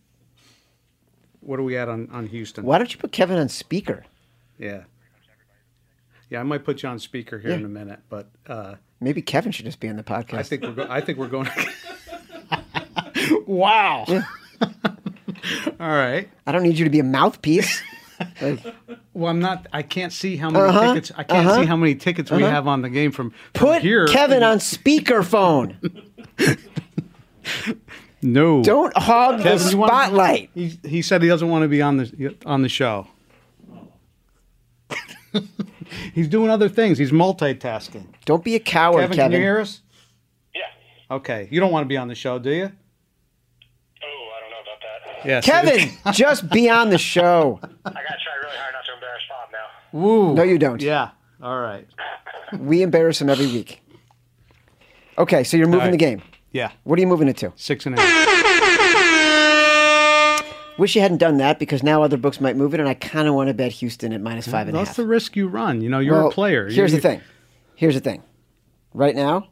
[SPEAKER 2] What are we at on on Houston?
[SPEAKER 1] Why don't you put Kevin on speaker?
[SPEAKER 2] Yeah. Yeah, I might put you on speaker here in a minute, but uh,
[SPEAKER 1] Maybe Kevin should just be on the podcast.
[SPEAKER 2] I think we're go- I think we're going. wow. All right.
[SPEAKER 1] I don't need you to be a mouthpiece. Like,
[SPEAKER 2] Well, I'm not. I can't see how many tickets. I can't see how many tickets we have on the game from, from
[SPEAKER 1] Uh-huh. put
[SPEAKER 2] here.
[SPEAKER 1] Kevin on speakerphone.
[SPEAKER 2] No.
[SPEAKER 1] Don't hog the
[SPEAKER 2] Kevin, you wanna-
[SPEAKER 1] spotlight.
[SPEAKER 2] He, he said he doesn't want to be on the on the show. He's doing other things. He's multitasking.
[SPEAKER 1] Don't be a coward,
[SPEAKER 2] Kevin,
[SPEAKER 1] Kevin.
[SPEAKER 2] can you hear us?
[SPEAKER 4] Yeah.
[SPEAKER 2] Okay. You don't want to be on the show, do you?
[SPEAKER 4] Oh, I don't know about that.
[SPEAKER 2] Yes.
[SPEAKER 1] Kevin, just be on the show.
[SPEAKER 4] I gotta try really hard not to embarrass Bob now.
[SPEAKER 2] Woo.
[SPEAKER 1] No, you don't.
[SPEAKER 2] Yeah. All right.
[SPEAKER 1] We embarrass him every week. Okay, so you're moving
[SPEAKER 2] right.
[SPEAKER 1] the game.
[SPEAKER 2] Yeah.
[SPEAKER 1] What are you moving it to?
[SPEAKER 2] Six and eight.
[SPEAKER 1] Wish you hadn't done that because now other books might move it, and I kind of want to bet Houston at minus five and a
[SPEAKER 2] That's
[SPEAKER 1] half.
[SPEAKER 2] the risk you run. You know, you're
[SPEAKER 1] Well,
[SPEAKER 2] a player. You-
[SPEAKER 1] Here's
[SPEAKER 2] you-
[SPEAKER 1] the thing. Here's the thing. Right now,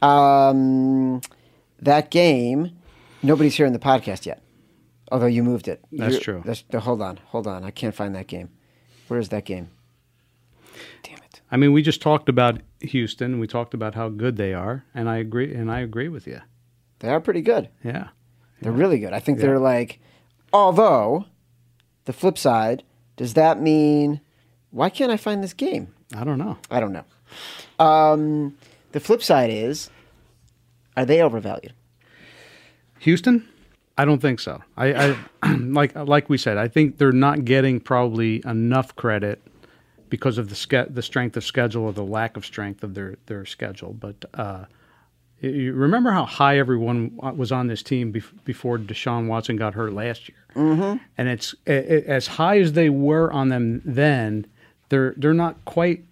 [SPEAKER 1] um, that game, nobody's here in the podcast yet. Although you moved it.
[SPEAKER 2] That's
[SPEAKER 1] You're-
[SPEAKER 2] true.
[SPEAKER 1] That's, hold on, hold on. I can't find that game. Where is that game? Damn it.
[SPEAKER 2] I mean, we just talked about Houston. We talked about how good they are, and I agree. And I agree with you.
[SPEAKER 1] They are pretty good.
[SPEAKER 2] Yeah.
[SPEAKER 1] They're really good. I think they're like, although, the flip side, does that mean, why can't I find this game?
[SPEAKER 2] I don't know.
[SPEAKER 1] I don't know. Um, the flip side is, are they overvalued?
[SPEAKER 2] Houston? I don't think so. I, I like like we said, I think they're not getting probably enough credit because of the ske- the strength of schedule or the lack of strength of their their schedule. But uh, y- you remember how high everyone wa- was on this team bef- before Deshaun Watson got hurt last year, mm-hmm. and it's a- a- as high as they were on them then. They're they're not quite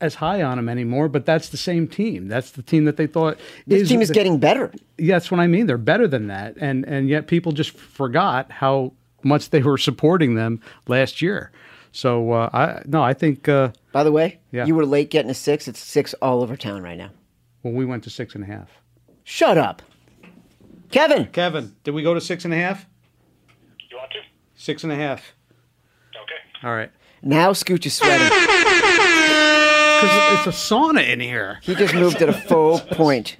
[SPEAKER 2] as high on them anymore. But that's the same team. That's the team that they thought
[SPEAKER 1] This team is getting better.
[SPEAKER 2] yeah, that's what I mean. They're better than that, and and yet people just forgot how much they were supporting them last year. So uh, I no, I think uh,
[SPEAKER 1] By the way,
[SPEAKER 2] Yeah.
[SPEAKER 1] you were late getting a six. It's six all over town right now.
[SPEAKER 2] when we went to six and a half.
[SPEAKER 1] Shut up. Kevin,
[SPEAKER 2] Kevin, did we go to six and a half?
[SPEAKER 4] You want to?
[SPEAKER 2] Six and a half.
[SPEAKER 4] Okay.
[SPEAKER 2] All right,
[SPEAKER 1] now Scooch is sweating.
[SPEAKER 2] because it's a sauna in here.
[SPEAKER 1] He just moved it a full point.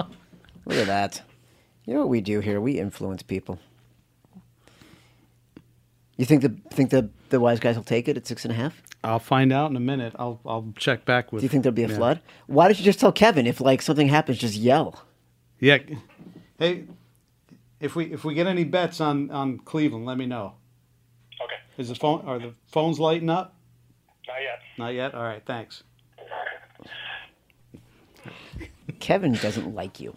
[SPEAKER 1] Look at that. You know what we do here? We influence people. You think the think the, the wise guys will take it at six and a half?
[SPEAKER 2] I'll find out in a minute. I'll I'll check back with.
[SPEAKER 1] Do you think there'll be a
[SPEAKER 2] yeah.
[SPEAKER 1] flood? Why don't you just tell Kevin if like something happens, just yell?
[SPEAKER 2] Yeah. Hey, if we if we get any bets on on Cleveland, let me know.
[SPEAKER 4] Okay.
[SPEAKER 2] Is the phone are the phones lighting up?
[SPEAKER 4] Not yet.
[SPEAKER 2] Not yet. All right, thanks.
[SPEAKER 1] Kevin doesn't like you.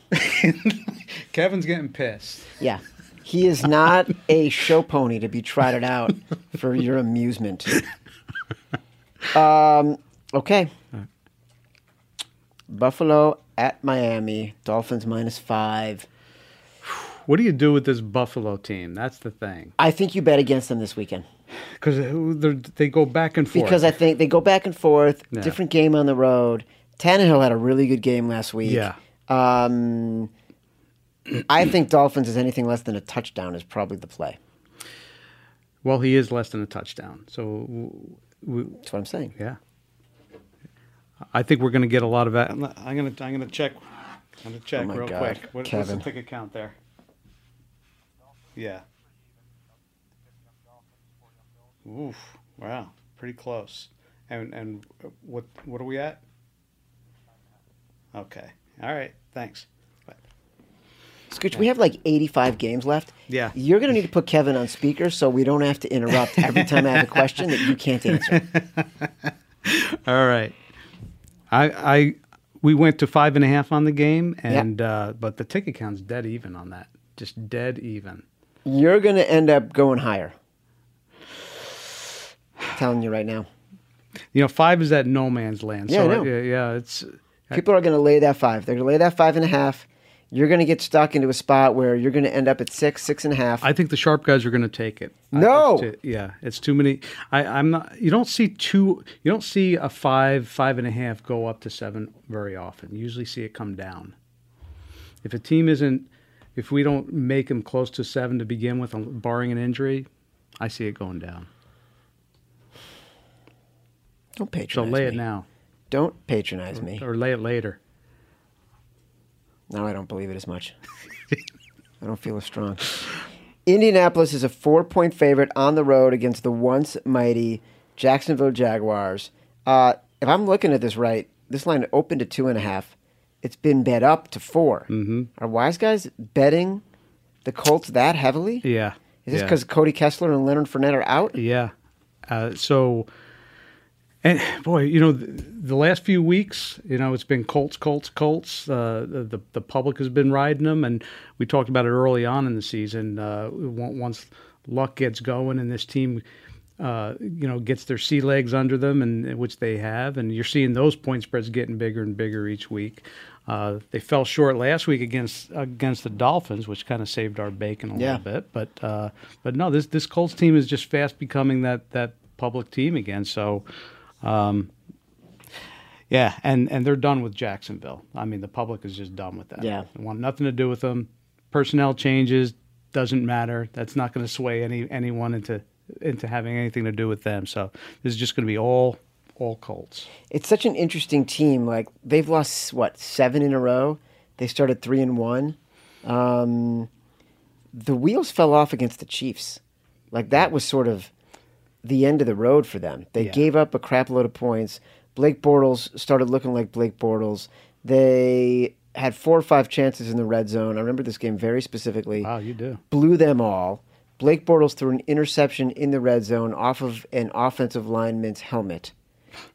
[SPEAKER 2] Kevin's getting pissed.
[SPEAKER 1] Yeah. He is not a show pony to be trotted out for your amusement. Um, okay. Buffalo at Miami. Dolphins minus five.
[SPEAKER 2] What do you do with this Buffalo team? That's the thing.
[SPEAKER 1] I think you bet against them this weekend
[SPEAKER 2] Because they go back and forth.
[SPEAKER 1] because I think they go back and forth.
[SPEAKER 2] Yeah.
[SPEAKER 1] Different game on the road. Tannehill had a really good game last week.
[SPEAKER 2] Yeah.
[SPEAKER 1] Um, I think Dolphins is anything less than a touchdown is probably the play.
[SPEAKER 2] well, he is less than a touchdown. So, w- w-
[SPEAKER 1] That's what I'm saying.
[SPEAKER 2] yeah. I think we're going to get a lot of. that. I'm not- I'm going to. I'm going to check. I'm going to check
[SPEAKER 1] Oh my
[SPEAKER 2] real
[SPEAKER 1] God,
[SPEAKER 2] quick. What, what's the
[SPEAKER 1] Kevin.
[SPEAKER 2] ticket count there? Yeah. Oof! Wow, pretty close. And and what what are we at? Okay. All right. Thanks.
[SPEAKER 1] Scooch, we have like 85 games left.
[SPEAKER 2] Yeah.
[SPEAKER 1] You're going to need to put Kevin on speaker so we don't have to interrupt every time I have a question that you can't answer.
[SPEAKER 2] All right. I I we went to five and a half on the game, and uh, but the ticket count's dead even on that. Just dead even.
[SPEAKER 1] You're going to end up going higher. telling you right now.
[SPEAKER 2] You know, five is that no man's land.
[SPEAKER 1] Yeah, I
[SPEAKER 2] so
[SPEAKER 1] know.
[SPEAKER 2] yeah, yeah, it's
[SPEAKER 1] People are going to lay that five. They're going to lay that five and a half. You're going to get stuck into a spot where you're going to end up at six, six and a half.
[SPEAKER 2] I think the sharp guys are going to take it. I-
[SPEAKER 1] No!
[SPEAKER 2] it's too- yeah, it's too many. I, I'm not. You don't see two. You don't see a five, five and a half go up to seven very often. You usually see it come down. If a team isn't, if we don't make them close to seven to begin with, um, barring an injury, I see it going down.
[SPEAKER 1] don't
[SPEAKER 2] So
[SPEAKER 1] patronize
[SPEAKER 2] lay it
[SPEAKER 1] me.
[SPEAKER 2] now,
[SPEAKER 1] Don't patronize me.
[SPEAKER 2] or lay it later.
[SPEAKER 1] Now I don't believe it as much. I don't feel as strong. Indianapolis is a four point favorite on the road against the once mighty Jacksonville Jaguars. Uh, if I'm looking at this right, this line opened to two and a half. It's been bet up to 4 Mm-hmm. Are wise guys betting the Colts that heavily?
[SPEAKER 2] Yeah.
[SPEAKER 1] Is this
[SPEAKER 2] yeah.
[SPEAKER 1] because Cody Kessler and Leonard Fournette are out?
[SPEAKER 2] Yeah. Uh, so, and boy, you know, the, the last few weeks, you know, it's been Colts, Colts, Colts. Uh, the, the the public has been riding them, and we talked about it early on in the season. Uh, on- once luck gets going, and this team. Uh, you know, gets their sea legs under them, and which they have, and you're seeing those point spreads getting bigger and bigger each week. Uh, they fell short last week against against the Dolphins, which kind of saved our bacon a
[SPEAKER 1] Yeah.
[SPEAKER 2] little bit bit, but uh, but no, this this Colts team is just fast becoming that that public team again. So, um, yeah, and and they're done with Jacksonville. I mean, the public is just done with that.
[SPEAKER 1] Yeah.
[SPEAKER 2] they want nothing to do with them. Personnel changes doesn't matter. That's not going to sway any anyone into into having anything to do with them. So this is just going to be all all Colts.
[SPEAKER 1] it's such an interesting team. Like they've lost what seven in a row. They started three and one. Um, the wheels fell off against the Chiefs. Like that was sort of the end of the road for them. They
[SPEAKER 2] Yeah.
[SPEAKER 1] gave up a crap load of points. Blake Bortles started looking like Blake Bortles. They had four or five chances in the red zone. I remember this game very specifically
[SPEAKER 2] Wow, you do.
[SPEAKER 1] blew them all. Blake Bortles threw an interception in the red zone off of an offensive lineman's helmet,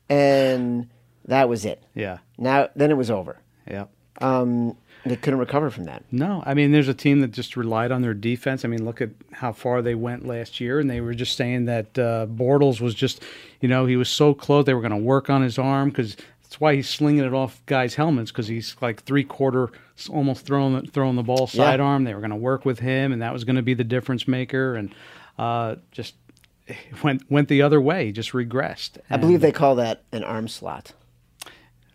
[SPEAKER 1] and that was it.
[SPEAKER 2] Yeah,
[SPEAKER 1] Now then, it was over.
[SPEAKER 2] yeah.
[SPEAKER 1] Um, they couldn't recover from that.
[SPEAKER 2] No, I mean, there's a team that just relied on their defense. I mean, look at how far they went last year, and they were just saying that uh, Bortles was just, you know, he was so close. They were going to work on his arm because that's why he's slinging it off guys' helmets because he's like three quarter, almost throwing the, throwing the ball
[SPEAKER 1] Yeah.
[SPEAKER 2] sidearm. They were going to work with him, and that was going to be the difference maker, and uh, just went went the other way. Just regressed.
[SPEAKER 1] I believe they call that an arm slot.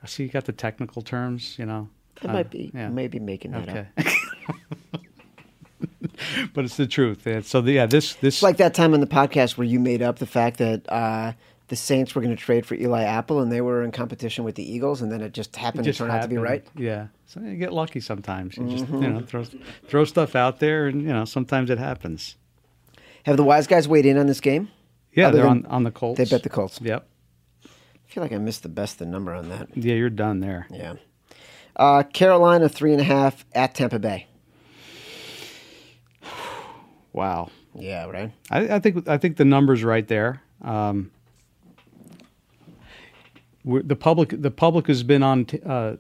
[SPEAKER 2] I see you got the technical terms, you know.
[SPEAKER 1] I
[SPEAKER 2] Uh,
[SPEAKER 1] might be
[SPEAKER 2] yeah.
[SPEAKER 1] maybe making that up.
[SPEAKER 2] Okay. but it's the truth. Yeah, So the, yeah, this this
[SPEAKER 1] It's like that time on the podcast where you made up the fact that uh, the Saints were going to trade for Eli Apple, and they were in competition with the Eagles, and then it just happened
[SPEAKER 2] just
[SPEAKER 1] to turn out to be
[SPEAKER 2] happened.
[SPEAKER 1] right. Mm-hmm.
[SPEAKER 2] Yeah. So you get lucky sometimes. You just you know throw throw stuff out there, and you know sometimes it happens.
[SPEAKER 1] Have the wise guys weighed in on this game?
[SPEAKER 2] Yeah,
[SPEAKER 1] Other
[SPEAKER 2] they're
[SPEAKER 1] than
[SPEAKER 2] on on the Colts.
[SPEAKER 1] They bet the Colts.
[SPEAKER 2] Yep.
[SPEAKER 1] I feel like I missed the best the number on that.
[SPEAKER 2] Yeah, you're done there.
[SPEAKER 1] Yeah. Uh, Carolina three and a half at Tampa Bay.
[SPEAKER 2] Wow.
[SPEAKER 1] Yeah, right.
[SPEAKER 2] I, I think I think the numbers right there. Um, we're, the public the public has been on t- uh,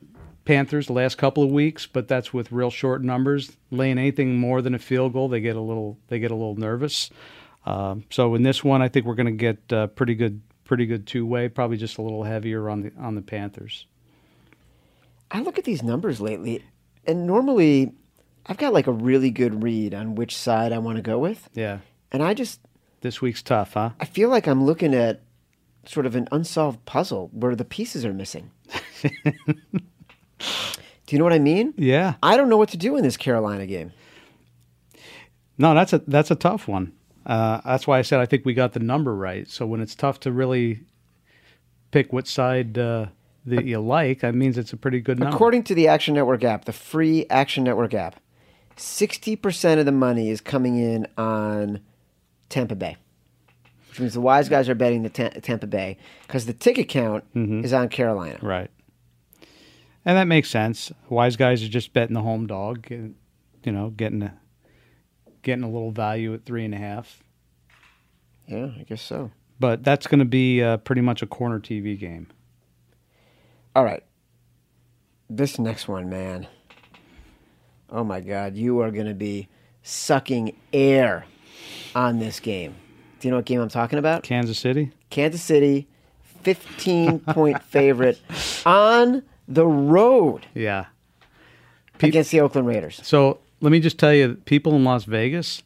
[SPEAKER 2] Panthers the last couple of weeks, but that's with real short numbers. Laying anything more than a field goal, they get a little they get a little nervous. Um, so in this one, I think we're going to get uh, pretty good pretty good two way. Probably just a little heavier on the on the Panthers.
[SPEAKER 1] I look at these numbers lately, and normally I've got like a really good read on which side I want to go with.
[SPEAKER 2] Yeah,
[SPEAKER 1] And I just,
[SPEAKER 2] this week's tough, huh?
[SPEAKER 1] I feel like I'm looking at sort of an unsolved puzzle where the pieces are missing. do you know what I mean?
[SPEAKER 2] Yeah.
[SPEAKER 1] I don't know what to do in this Carolina game.
[SPEAKER 2] No, that's a that's a tough one. Uh, that's why I said I think we got the number right. So when it's tough to really pick what side uh, that you like, that means it's a pretty good number.
[SPEAKER 1] According to the Action Network app, the free Action Network app, 60% of the money is coming in on Tampa Bay, which means the wise guys are betting the Ta- Tampa Bay because the ticket count is on Carolina.
[SPEAKER 2] right. And that makes sense. Wise guys are just betting the home dog, and you know, getting a getting a little value at three and a half.
[SPEAKER 1] Yeah, I guess so.
[SPEAKER 2] But that's going to be uh, pretty much a corner TV game.
[SPEAKER 1] All right. This next one, man. Oh my God, you are going to be sucking air on this game. Do you know what game I'm talking about?
[SPEAKER 2] Kansas City.
[SPEAKER 1] Kansas City, 15 point favorite on the road
[SPEAKER 2] Yeah.
[SPEAKER 1] against the Oakland Raiders.
[SPEAKER 2] So let me just tell you, people in Las Vegas,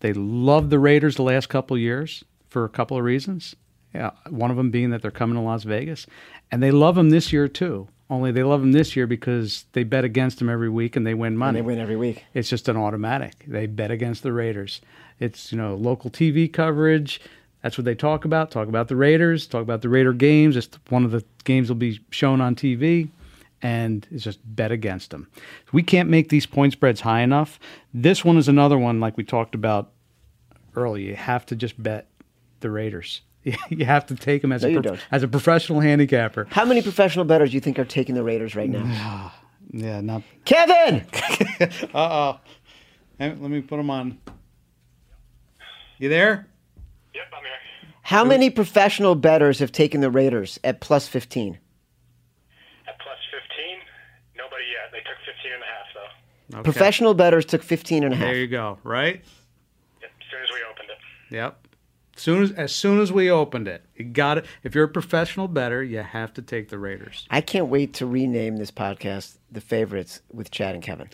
[SPEAKER 2] they love the Raiders the last couple of years for a couple of reasons. Yeah, one of them being that they're coming to Las Vegas, and they love them this year too. Only they love them this year because they bet against them every week and they win money.
[SPEAKER 1] They win every week.
[SPEAKER 2] It's just an automatic. They bet against the Raiders. It's you know local TV coverage. That's what they talk about. Talk about the Raiders. Talk about the Raider games. It's one of the games will be shown on TV, and it's just bet against them. We can't make these point spreads high enough. This one is another one like we talked about earlier. You have to just bet the Raiders. You have to take them as
[SPEAKER 1] No,
[SPEAKER 2] a
[SPEAKER 1] you don't.
[SPEAKER 2] prof- as a professional handicapper.
[SPEAKER 1] How many professional bettors do you think are taking the Raiders right now?
[SPEAKER 2] Yeah, not.
[SPEAKER 1] Kevin!
[SPEAKER 2] Let me put them on. You there?
[SPEAKER 4] Yep, I'm here.
[SPEAKER 1] How many professional bettors have taken the Raiders at plus 15?
[SPEAKER 4] At plus 15, nobody yet. They took 15 and a half, though.
[SPEAKER 2] Okay.
[SPEAKER 1] Professional bettors took 15 and a half.
[SPEAKER 2] There you go. Right.
[SPEAKER 4] Yep, as soon as we opened it.
[SPEAKER 2] Yep. Soon as as soon as we opened it, you got it. If you're a professional better, you have to take the Raiders.
[SPEAKER 1] I can't wait to rename this podcast The Favorites with Chad and Kevin.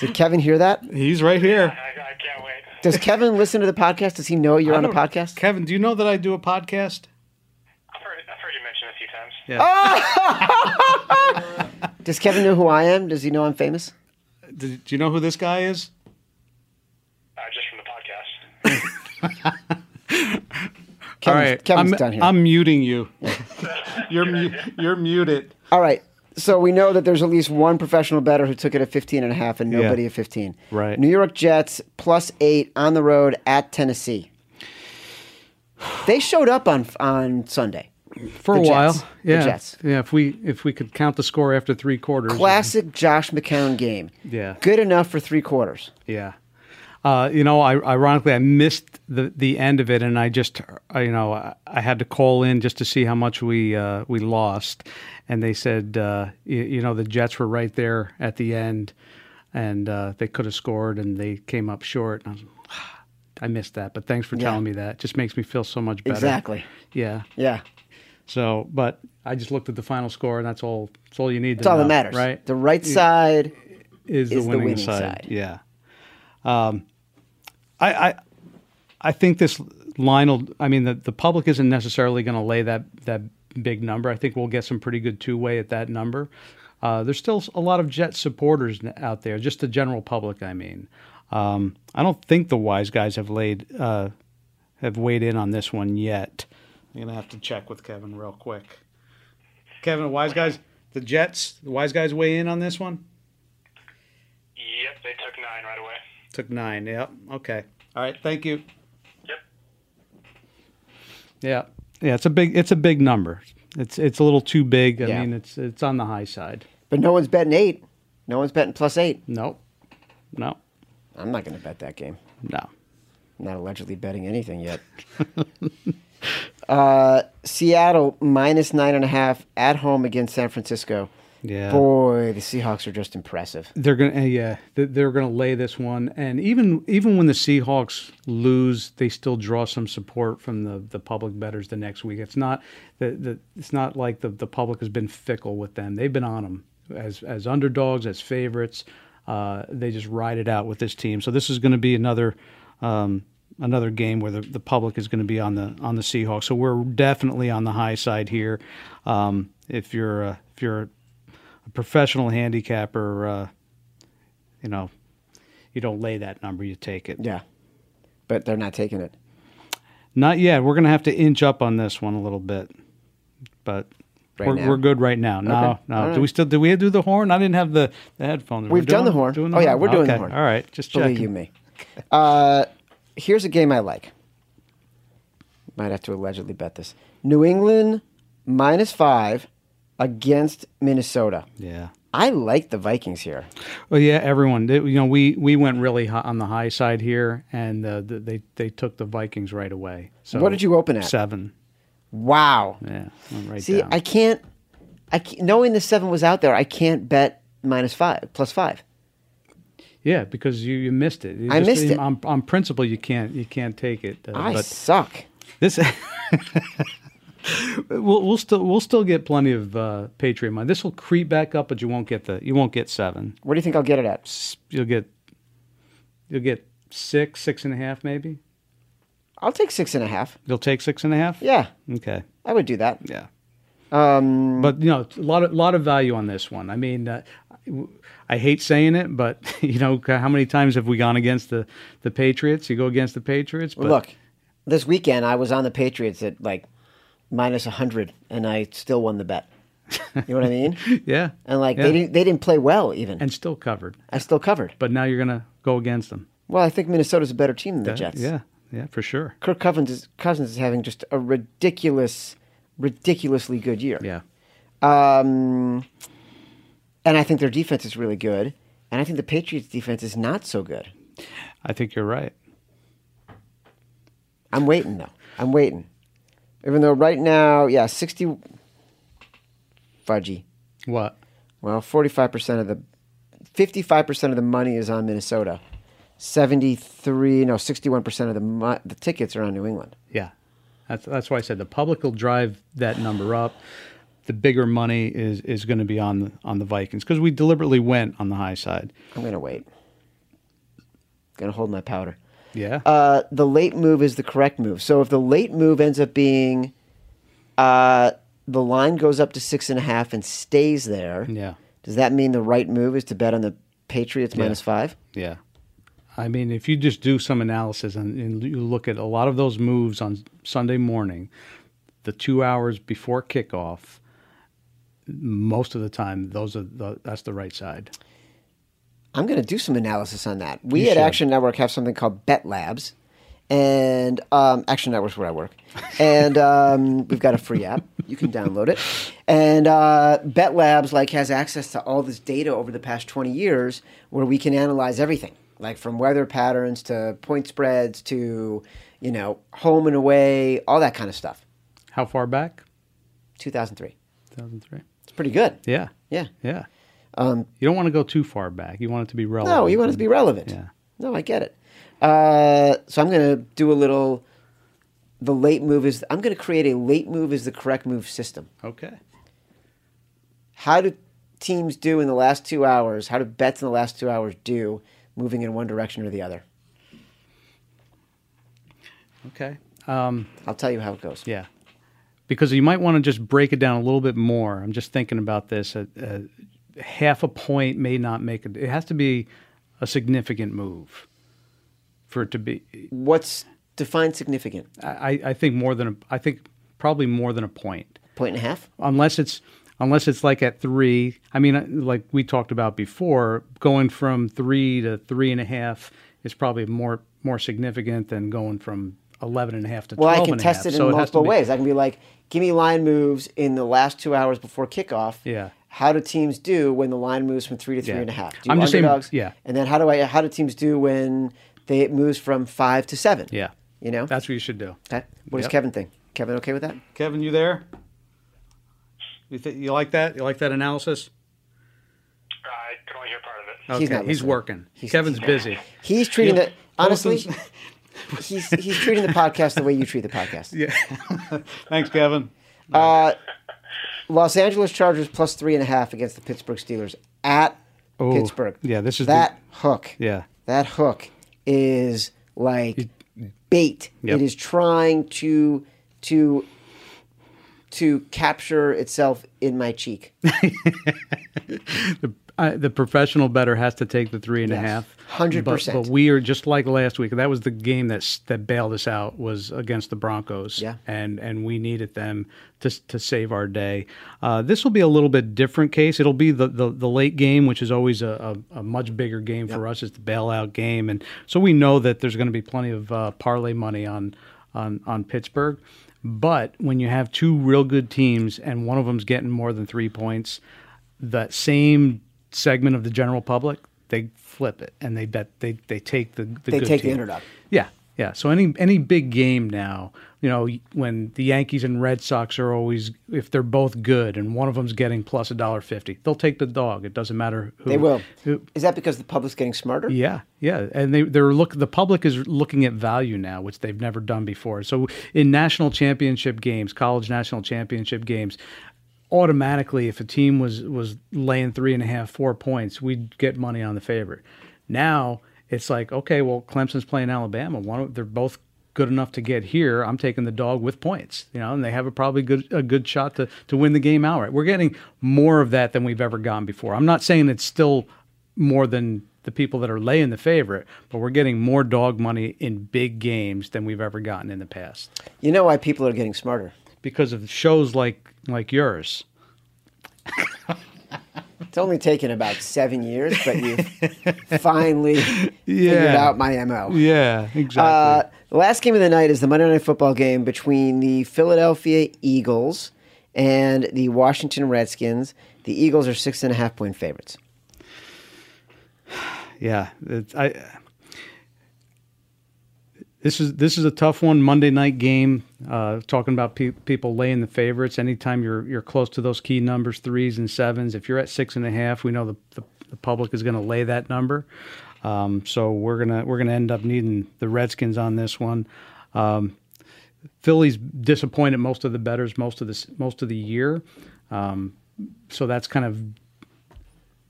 [SPEAKER 1] Did Kevin hear that?
[SPEAKER 2] He's right here.
[SPEAKER 4] I, I can't wait.
[SPEAKER 1] Does Kevin listen to the podcast? Does he know you're on a podcast?
[SPEAKER 2] Kevin, do you know that I do a podcast?
[SPEAKER 4] I've heard, I've heard you mention it a few times.
[SPEAKER 1] Does Kevin know who I am? Does he know I'm famous?
[SPEAKER 2] Do, do you know who this guy is?
[SPEAKER 4] Uh, just from the podcast.
[SPEAKER 1] Kevin's, Kevin's
[SPEAKER 2] I'm,
[SPEAKER 1] done here.
[SPEAKER 2] I'm muting you. you're mu- you're muted.
[SPEAKER 1] All right. So we know that there's at least one professional better who took it at 15 and a half and nobody
[SPEAKER 2] Yeah.
[SPEAKER 1] at 15.
[SPEAKER 2] Right.
[SPEAKER 1] New York Jets plus 8 on the road at Tennessee. They showed up on on Sunday.
[SPEAKER 2] For
[SPEAKER 1] The
[SPEAKER 2] a while.
[SPEAKER 1] Jets. The
[SPEAKER 2] Yeah.
[SPEAKER 1] Jets.
[SPEAKER 2] Yeah, if we if we could count the score after 3 quarters.
[SPEAKER 1] Classic Josh McCown game.
[SPEAKER 2] Yeah.
[SPEAKER 1] Good enough for three quarters.
[SPEAKER 2] Yeah. Uh, you know, I, ironically, I missed the, the end of it, and I just, I, you know, I, I had to call in just to see how much we uh, we lost, and they said, uh, you, you know, the Jets were right there at the end, and uh, they could have scored, and they came up short. And I, was, I missed that, but thanks for
[SPEAKER 1] Yeah.
[SPEAKER 2] telling me that. It just makes me feel so much better.
[SPEAKER 1] Exactly.
[SPEAKER 2] Yeah.
[SPEAKER 1] Yeah.
[SPEAKER 2] So, but I just looked at the final score, and that's all. That's all you need.
[SPEAKER 1] That's all that matters.
[SPEAKER 2] right?
[SPEAKER 1] The right side.
[SPEAKER 2] is the
[SPEAKER 1] is the
[SPEAKER 2] winning,
[SPEAKER 1] winning
[SPEAKER 2] side.
[SPEAKER 1] side.
[SPEAKER 2] Yeah. Um, I, I I think this line will. I mean, the, the public isn't necessarily going to lay that that big number. I think we'll get some pretty good two way at that number. Uh, there's still a lot of Jet supporters n- out there, just the general public. I mean, um, I don't think the wise guys have laid uh, have weighed in on this one yet. I'm gonna have to check with Kevin real quick. Kevin, wise guys, the Jets, the wise guys weigh in on this one.
[SPEAKER 4] Yep, they took nine right away.
[SPEAKER 2] Took nine. Yep. Okay. All right. Thank you.
[SPEAKER 4] Yep.
[SPEAKER 2] Yeah. Yeah. It's a big. It's a big number. It's it's a little too big. I
[SPEAKER 1] Yeah.
[SPEAKER 2] mean, it's it's on the high side.
[SPEAKER 1] But no one's betting eight. No one's betting plus eight.
[SPEAKER 2] No. No.
[SPEAKER 1] I'm not going to bet that game.
[SPEAKER 2] No.
[SPEAKER 1] I'm not allegedly betting anything yet. uh, Seattle minus nine and a half at home against San Francisco.
[SPEAKER 2] Yeah.
[SPEAKER 1] Boy, the Seahawks are just impressive.
[SPEAKER 2] They're gonna uh, yeah th- they're gonna lay this one and even even when the Seahawks lose they still draw some support from the, the public betters the next week it's not the, the it's not like the, the public has been fickle with them they've been on them as as underdogs as favorites uh, they just ride it out with this team so this is going to be another um, another game where the, the public is going to be on the on the Seahawks so we're definitely on the high side here um, if you're uh, if you're a professional handicapper, uh, you know, you don't lay that number, you take it.
[SPEAKER 1] Yeah. But they're not taking it.
[SPEAKER 2] Not yet. We're going to have to inch up on this one a little bit, but
[SPEAKER 1] Right
[SPEAKER 2] we're,
[SPEAKER 1] now?
[SPEAKER 2] we're good right now. No,
[SPEAKER 1] Okay.
[SPEAKER 2] no.
[SPEAKER 1] All
[SPEAKER 2] Do
[SPEAKER 1] right.
[SPEAKER 2] we still? Do we do the horn? I didn't have the, the headphones. We're
[SPEAKER 1] We've done
[SPEAKER 2] doing-
[SPEAKER 1] the horn.
[SPEAKER 2] doing
[SPEAKER 1] Oh, yeah, we're doing the
[SPEAKER 2] Okay.
[SPEAKER 1] horn.
[SPEAKER 2] All right, just
[SPEAKER 1] Believe
[SPEAKER 2] checking.
[SPEAKER 1] you me. Uh, here's a game I like. Might have to allegedly bet this. New England minus five against Minnesota.
[SPEAKER 2] Yeah.
[SPEAKER 1] I like the Vikings here.
[SPEAKER 2] Well, yeah, everyone. They- you know, we we went really high on the high side here, and uh, th- they they took the Vikings right away. So
[SPEAKER 1] What did you open at?
[SPEAKER 2] Seven.
[SPEAKER 1] Wow.
[SPEAKER 2] Yeah, went right
[SPEAKER 1] See,
[SPEAKER 2] down.
[SPEAKER 1] I can't. I can't, knowing the seven was out there, I can't bet minus five, plus five.
[SPEAKER 2] Yeah, because you, you missed it. You
[SPEAKER 1] I missed it.
[SPEAKER 2] On, on principle, you can't you can't take it. Uh,
[SPEAKER 1] I
[SPEAKER 2] but
[SPEAKER 1] suck.
[SPEAKER 2] this we'll, we'll still we'll still get plenty of uh, Patriot money. This will creep back up, but you won't get the you won't get seven.
[SPEAKER 1] What do you think I'll get it at?
[SPEAKER 2] S- You'll get you'll get six six and a half maybe.
[SPEAKER 1] I'll take six and a half.
[SPEAKER 2] You'll take six and a half.
[SPEAKER 1] Yeah,
[SPEAKER 2] Okay.
[SPEAKER 1] I would do that.
[SPEAKER 2] Yeah.
[SPEAKER 1] Um,
[SPEAKER 2] But you know, a lot of lot of value on this one. I mean, uh, I hate saying it, but you know, how many times have we gone against the the Patriots? You go against the Patriots, but
[SPEAKER 1] look, this weekend I was on the Patriots at like minus 100, and I still won the bet. You know what I mean?
[SPEAKER 2] yeah,
[SPEAKER 1] And like
[SPEAKER 2] Yeah.
[SPEAKER 1] they didn't they didn't play well even.
[SPEAKER 2] and still covered.
[SPEAKER 1] I still covered.
[SPEAKER 2] But now you're going to go against them.
[SPEAKER 1] Well, I think Minnesota's a better team than the
[SPEAKER 2] Yeah,
[SPEAKER 1] Jets.
[SPEAKER 2] Yeah, yeah, for sure.
[SPEAKER 1] Kirk Cousins is, Cousins is having just a ridiculous, ridiculously good year.
[SPEAKER 2] Yeah,
[SPEAKER 1] Um, and I think their defense is really good. And I think the Patriots' defense is not so good.
[SPEAKER 2] I think you're right.
[SPEAKER 1] I'm waiting though. I'm waiting. Even though right now, yeah, sixty fudgy.
[SPEAKER 2] What?
[SPEAKER 1] Well, forty-five percent of the, fifty-five percent of the money is on Minnesota. Seventy-three, no, sixty-one percent of the mo- the tickets are on New England.
[SPEAKER 2] Yeah, that's that's why I said the public will drive that number up. The bigger money is is going to be on the, on the Vikings because we deliberately went on the high side.
[SPEAKER 1] I'm gonna wait. Gonna hold my powder.
[SPEAKER 2] Yeah,
[SPEAKER 1] uh, the late move is the correct move. So if the late move ends up being uh, the line goes up to six and a half and stays there,
[SPEAKER 2] yeah,
[SPEAKER 1] does that mean the right move is to bet on the Patriots minus five?
[SPEAKER 2] yeah. I mean, if you just do some analysis and, and you look at a lot of those moves on Sunday morning, the two hours before kickoff, most of the time, those are the, that's the right side.
[SPEAKER 1] I'm going to do some analysis on that. We at
[SPEAKER 2] You should.
[SPEAKER 1] Action Network have something called Bet Labs, and um, Action Network's where I work, and um, we've got a free app. You can download it, and uh, Bet Labs like has access to all this data over the past 20 years, where we can analyze everything, like from weather patterns to point spreads to, you know, home and away, all that kind of stuff.
[SPEAKER 2] How far back?
[SPEAKER 1] 2003,
[SPEAKER 2] 2003.
[SPEAKER 1] it's pretty good.
[SPEAKER 2] Yeah.
[SPEAKER 1] Yeah.
[SPEAKER 2] Yeah.
[SPEAKER 1] Um,
[SPEAKER 2] You don't want to go too far back. You want it to be relevant.
[SPEAKER 1] No, you want it to be relevant.
[SPEAKER 2] Yeah.
[SPEAKER 1] No, I get it. Uh, so I'm going to do a little. The late move is. I'm going to create a late move is the correct move system.
[SPEAKER 2] Okay.
[SPEAKER 1] How do teams do in the last two hours? How do bets in the last two hours do moving in one direction or the other?
[SPEAKER 2] Okay. Um,
[SPEAKER 1] I'll tell you how it goes.
[SPEAKER 2] yeah. Because you might want to just break it down a little bit more. I'm just thinking about this. Uh, uh, half a point may not make it. It has to be a significant move for it to be.
[SPEAKER 1] What's defined significant?
[SPEAKER 2] I, I- I think more than a, I think probably more than a point.
[SPEAKER 1] Point and a half.
[SPEAKER 2] unless it's unless it's like at three. I mean, uh, like we talked about before, going from three to three and a half is probably more more significant than going from eleven and a half to
[SPEAKER 1] Well,
[SPEAKER 2] twelve
[SPEAKER 1] I can
[SPEAKER 2] and a half.
[SPEAKER 1] test it in
[SPEAKER 2] So has to
[SPEAKER 1] multiple
[SPEAKER 2] be-
[SPEAKER 1] ways. I can be like, give me line moves in the last two hours before kickoff.
[SPEAKER 2] Yeah.
[SPEAKER 1] How do teams do when the line moves from three to three
[SPEAKER 2] Yeah.
[SPEAKER 1] and a half? Do you
[SPEAKER 2] I'm just saying-
[SPEAKER 1] underdogs?
[SPEAKER 2] yeah.
[SPEAKER 1] And then how do I? How do teams do when they it moves from five to seven?
[SPEAKER 2] Yeah,
[SPEAKER 1] You know.
[SPEAKER 2] that's what you should do.
[SPEAKER 1] okay. What does
[SPEAKER 2] Yep.
[SPEAKER 1] Kevin think? Kevin, okay with that?
[SPEAKER 2] Kevin, you there? You th- you like that? You like that analysis?
[SPEAKER 4] I could only hear part of it.
[SPEAKER 2] Okay,
[SPEAKER 1] He's
[SPEAKER 2] he's,
[SPEAKER 1] not listening.
[SPEAKER 2] working.
[SPEAKER 1] He's-
[SPEAKER 2] Kevin's busy.
[SPEAKER 1] He's treating
[SPEAKER 2] Yeah.
[SPEAKER 1] the honestly.
[SPEAKER 2] Wilson's-
[SPEAKER 1] he's he's treating the podcast the way you treat the podcast.
[SPEAKER 2] Yeah. Thanks, Kevin.
[SPEAKER 1] Uh, Los Angeles Chargers plus three and a half against the Pittsburgh Steelers at
[SPEAKER 2] Oh,
[SPEAKER 1] Pittsburgh.
[SPEAKER 2] yeah, this is the-
[SPEAKER 1] that hook.
[SPEAKER 2] Yeah.
[SPEAKER 1] that hook is like bait.
[SPEAKER 2] Yep.
[SPEAKER 1] It is trying to to to capture itself in my cheek.
[SPEAKER 2] I, the professional better has to take the three and a
[SPEAKER 1] Yes.
[SPEAKER 2] half.
[SPEAKER 1] 100%.
[SPEAKER 2] But, but we are just like last week. That was the game that s- that bailed us out was against the Broncos.
[SPEAKER 1] Yeah.
[SPEAKER 2] and and we needed them to s- to save our day. Uh, this will be a little bit different case. It'll be the the, the late game, which is always a, a, a much bigger game for us. It's the bailout game, and so we know that there's going to be plenty of uh, parlay money on on on Pittsburgh. But when you have two real good teams and one of them's getting more than three points, that same segment of the general public, they flip it and they bet they they take the, the
[SPEAKER 1] They
[SPEAKER 2] good
[SPEAKER 1] take the
[SPEAKER 2] team.
[SPEAKER 1] underdog.
[SPEAKER 2] Yeah, yeah. So any any big game now, you know, when the Yankees and Red Sox are always if they're both good and one of them's getting plus a dollar fifty, they'll take the dog. It doesn't matter who
[SPEAKER 1] They will.
[SPEAKER 2] who-
[SPEAKER 1] Is that because the public's getting smarter?
[SPEAKER 2] yeah, yeah, and they they're look the public is looking at value now, which they've never done before. So in national championship games, college national championship games, automatically if a team was was laying three and a half, four points, we'd get money on the favorite. Now it's like okay, well Clemson's playing Alabama. One of, they're both good enough to get here. I'm taking the dog with points, you know, and they have a probably good a good shot to to win the game outright. We're getting more of that than we've ever gotten before. I'm not saying it's still more than the people that are laying the favorite, but we're getting more dog money in big games than we've ever gotten in the past
[SPEAKER 1] You know why people are getting smarter?
[SPEAKER 2] because of shows like like yours.
[SPEAKER 1] It's only taken about seven years, but you finally figured
[SPEAKER 2] Yeah.
[SPEAKER 1] out my mo.
[SPEAKER 2] Yeah, exactly.
[SPEAKER 1] Uh, the last game of the night is the Monday Night Football game between the Philadelphia Eagles and the Washington Redskins. The Eagles are six and a half point favorites.
[SPEAKER 2] yeah, it's, I. This is this is a tough one Monday night game. Uh, talking about pe- people laying the favorites. Anytime you're you're close to those key numbers, threes and sevens. If you're at six and a half, we know the the, the public is going to lay that number. Um, so we're gonna we're gonna end up needing the Redskins on this one. Um, Philly's disappointed most of the betters most of this most of the year. Um, so that's kind of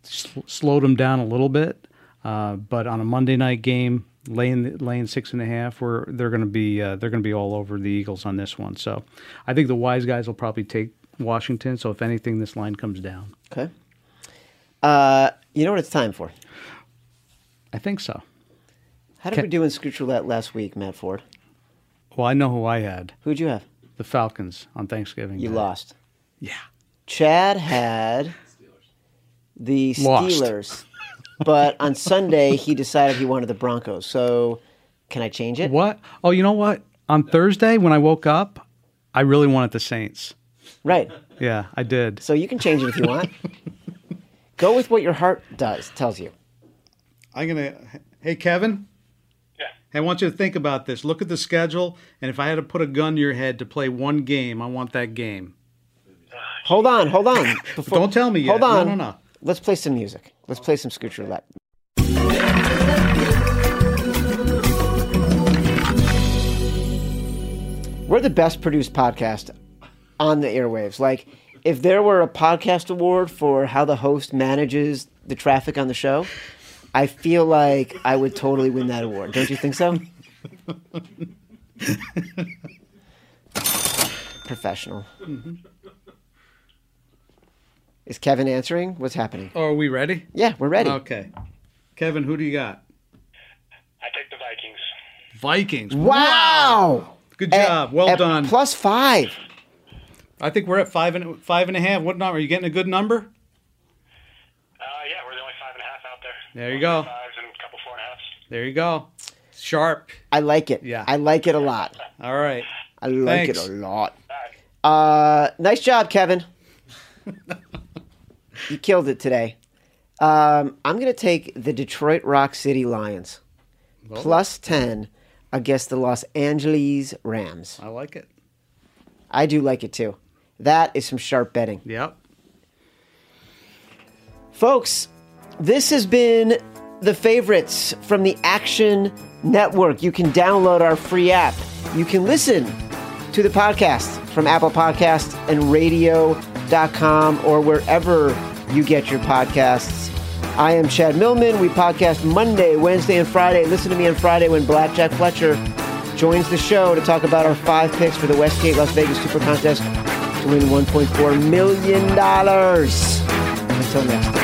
[SPEAKER 2] sl- slowed them down a little bit. Uh, but on a Monday night game, laying laying six and a half, where they're going to be uh, they're going to be all over the Eagles on this one. So I think the wise guys will probably take Washington. So if anything, this line comes down.
[SPEAKER 1] Okay. Uh, you know what it's time for?
[SPEAKER 2] I think so.
[SPEAKER 1] How did
[SPEAKER 2] Okay.
[SPEAKER 1] we do in Scooch Roulette last week, Matt Ford?
[SPEAKER 2] Well, I know who I had
[SPEAKER 1] Who'd you have?
[SPEAKER 2] the Falcons on Thanksgiving.
[SPEAKER 1] You
[SPEAKER 2] Day.
[SPEAKER 1] lost.
[SPEAKER 2] Yeah.
[SPEAKER 1] Chad had the
[SPEAKER 2] Lost.
[SPEAKER 1] Steelers, but on Sunday he decided he wanted the Broncos. So can I change it?
[SPEAKER 2] What? Oh, you know what? On Thursday when I woke up, I really wanted the Saints.
[SPEAKER 1] Right.
[SPEAKER 2] Yeah, I did.
[SPEAKER 1] So you can change it if you want. Go with what your heart does tells you.
[SPEAKER 2] I'm gonna. Hey, Kevin.
[SPEAKER 4] Yeah.
[SPEAKER 2] I want you to think about this. Look at the schedule, and if I had to put a gun to your head to play one game, I want that game.
[SPEAKER 1] Hold on, hold on. Before-
[SPEAKER 2] Don't tell me yet.
[SPEAKER 1] Hold on.
[SPEAKER 2] No, no, no.
[SPEAKER 1] Let's play some music. Let's play some Scooch Roulette. We're the best produced podcast on the airwaves. Like, if there were a podcast award for how the host manages the traffic on the show, I feel like I would totally win that award. Don't you think so? Professional. Is Kevin answering? What's happening?
[SPEAKER 2] Oh, are we ready?
[SPEAKER 1] Yeah, we're ready.
[SPEAKER 2] Okay. Kevin, who do you got?
[SPEAKER 4] I take the Vikings.
[SPEAKER 2] Vikings.
[SPEAKER 1] Wow!
[SPEAKER 2] Good
[SPEAKER 1] At-
[SPEAKER 2] job. well
[SPEAKER 1] at
[SPEAKER 2] done.
[SPEAKER 1] Eh, Plus five.
[SPEAKER 2] I think we're at five and five and a half. What number? Are you getting a good number?
[SPEAKER 4] Uh, yeah, we're the only five and a half out there.
[SPEAKER 2] There you go.
[SPEAKER 4] Fives and a couple four and a halves.
[SPEAKER 2] There you go. Sharp.
[SPEAKER 1] I like it.
[SPEAKER 2] Yeah.
[SPEAKER 1] I like it a lot.
[SPEAKER 2] All right.
[SPEAKER 1] I like
[SPEAKER 2] Thanks.
[SPEAKER 1] it a lot.
[SPEAKER 4] All
[SPEAKER 1] Uh,
[SPEAKER 4] right.
[SPEAKER 1] nice job, Kevin. you killed it today. Um, I'm going to take the Detroit Rock City Lions
[SPEAKER 2] Oh.
[SPEAKER 1] plus 10 against the Los Angeles Rams.
[SPEAKER 2] I like it.
[SPEAKER 1] I do like it too. That is some sharp betting.
[SPEAKER 2] Yep.
[SPEAKER 1] Folks, This has been the favorites from the Action Network. You can download our free app. You can listen to the podcast from Apple Podcasts and radio.com or wherever you get your podcasts. I am Chad Millman. We podcast Monday, Wednesday, and Friday. Listen to me on Friday when Blackjack Fletcher joins the show to talk about our five picks for the Westgate Las Vegas Super Contest to win $1.4 million. Until next time.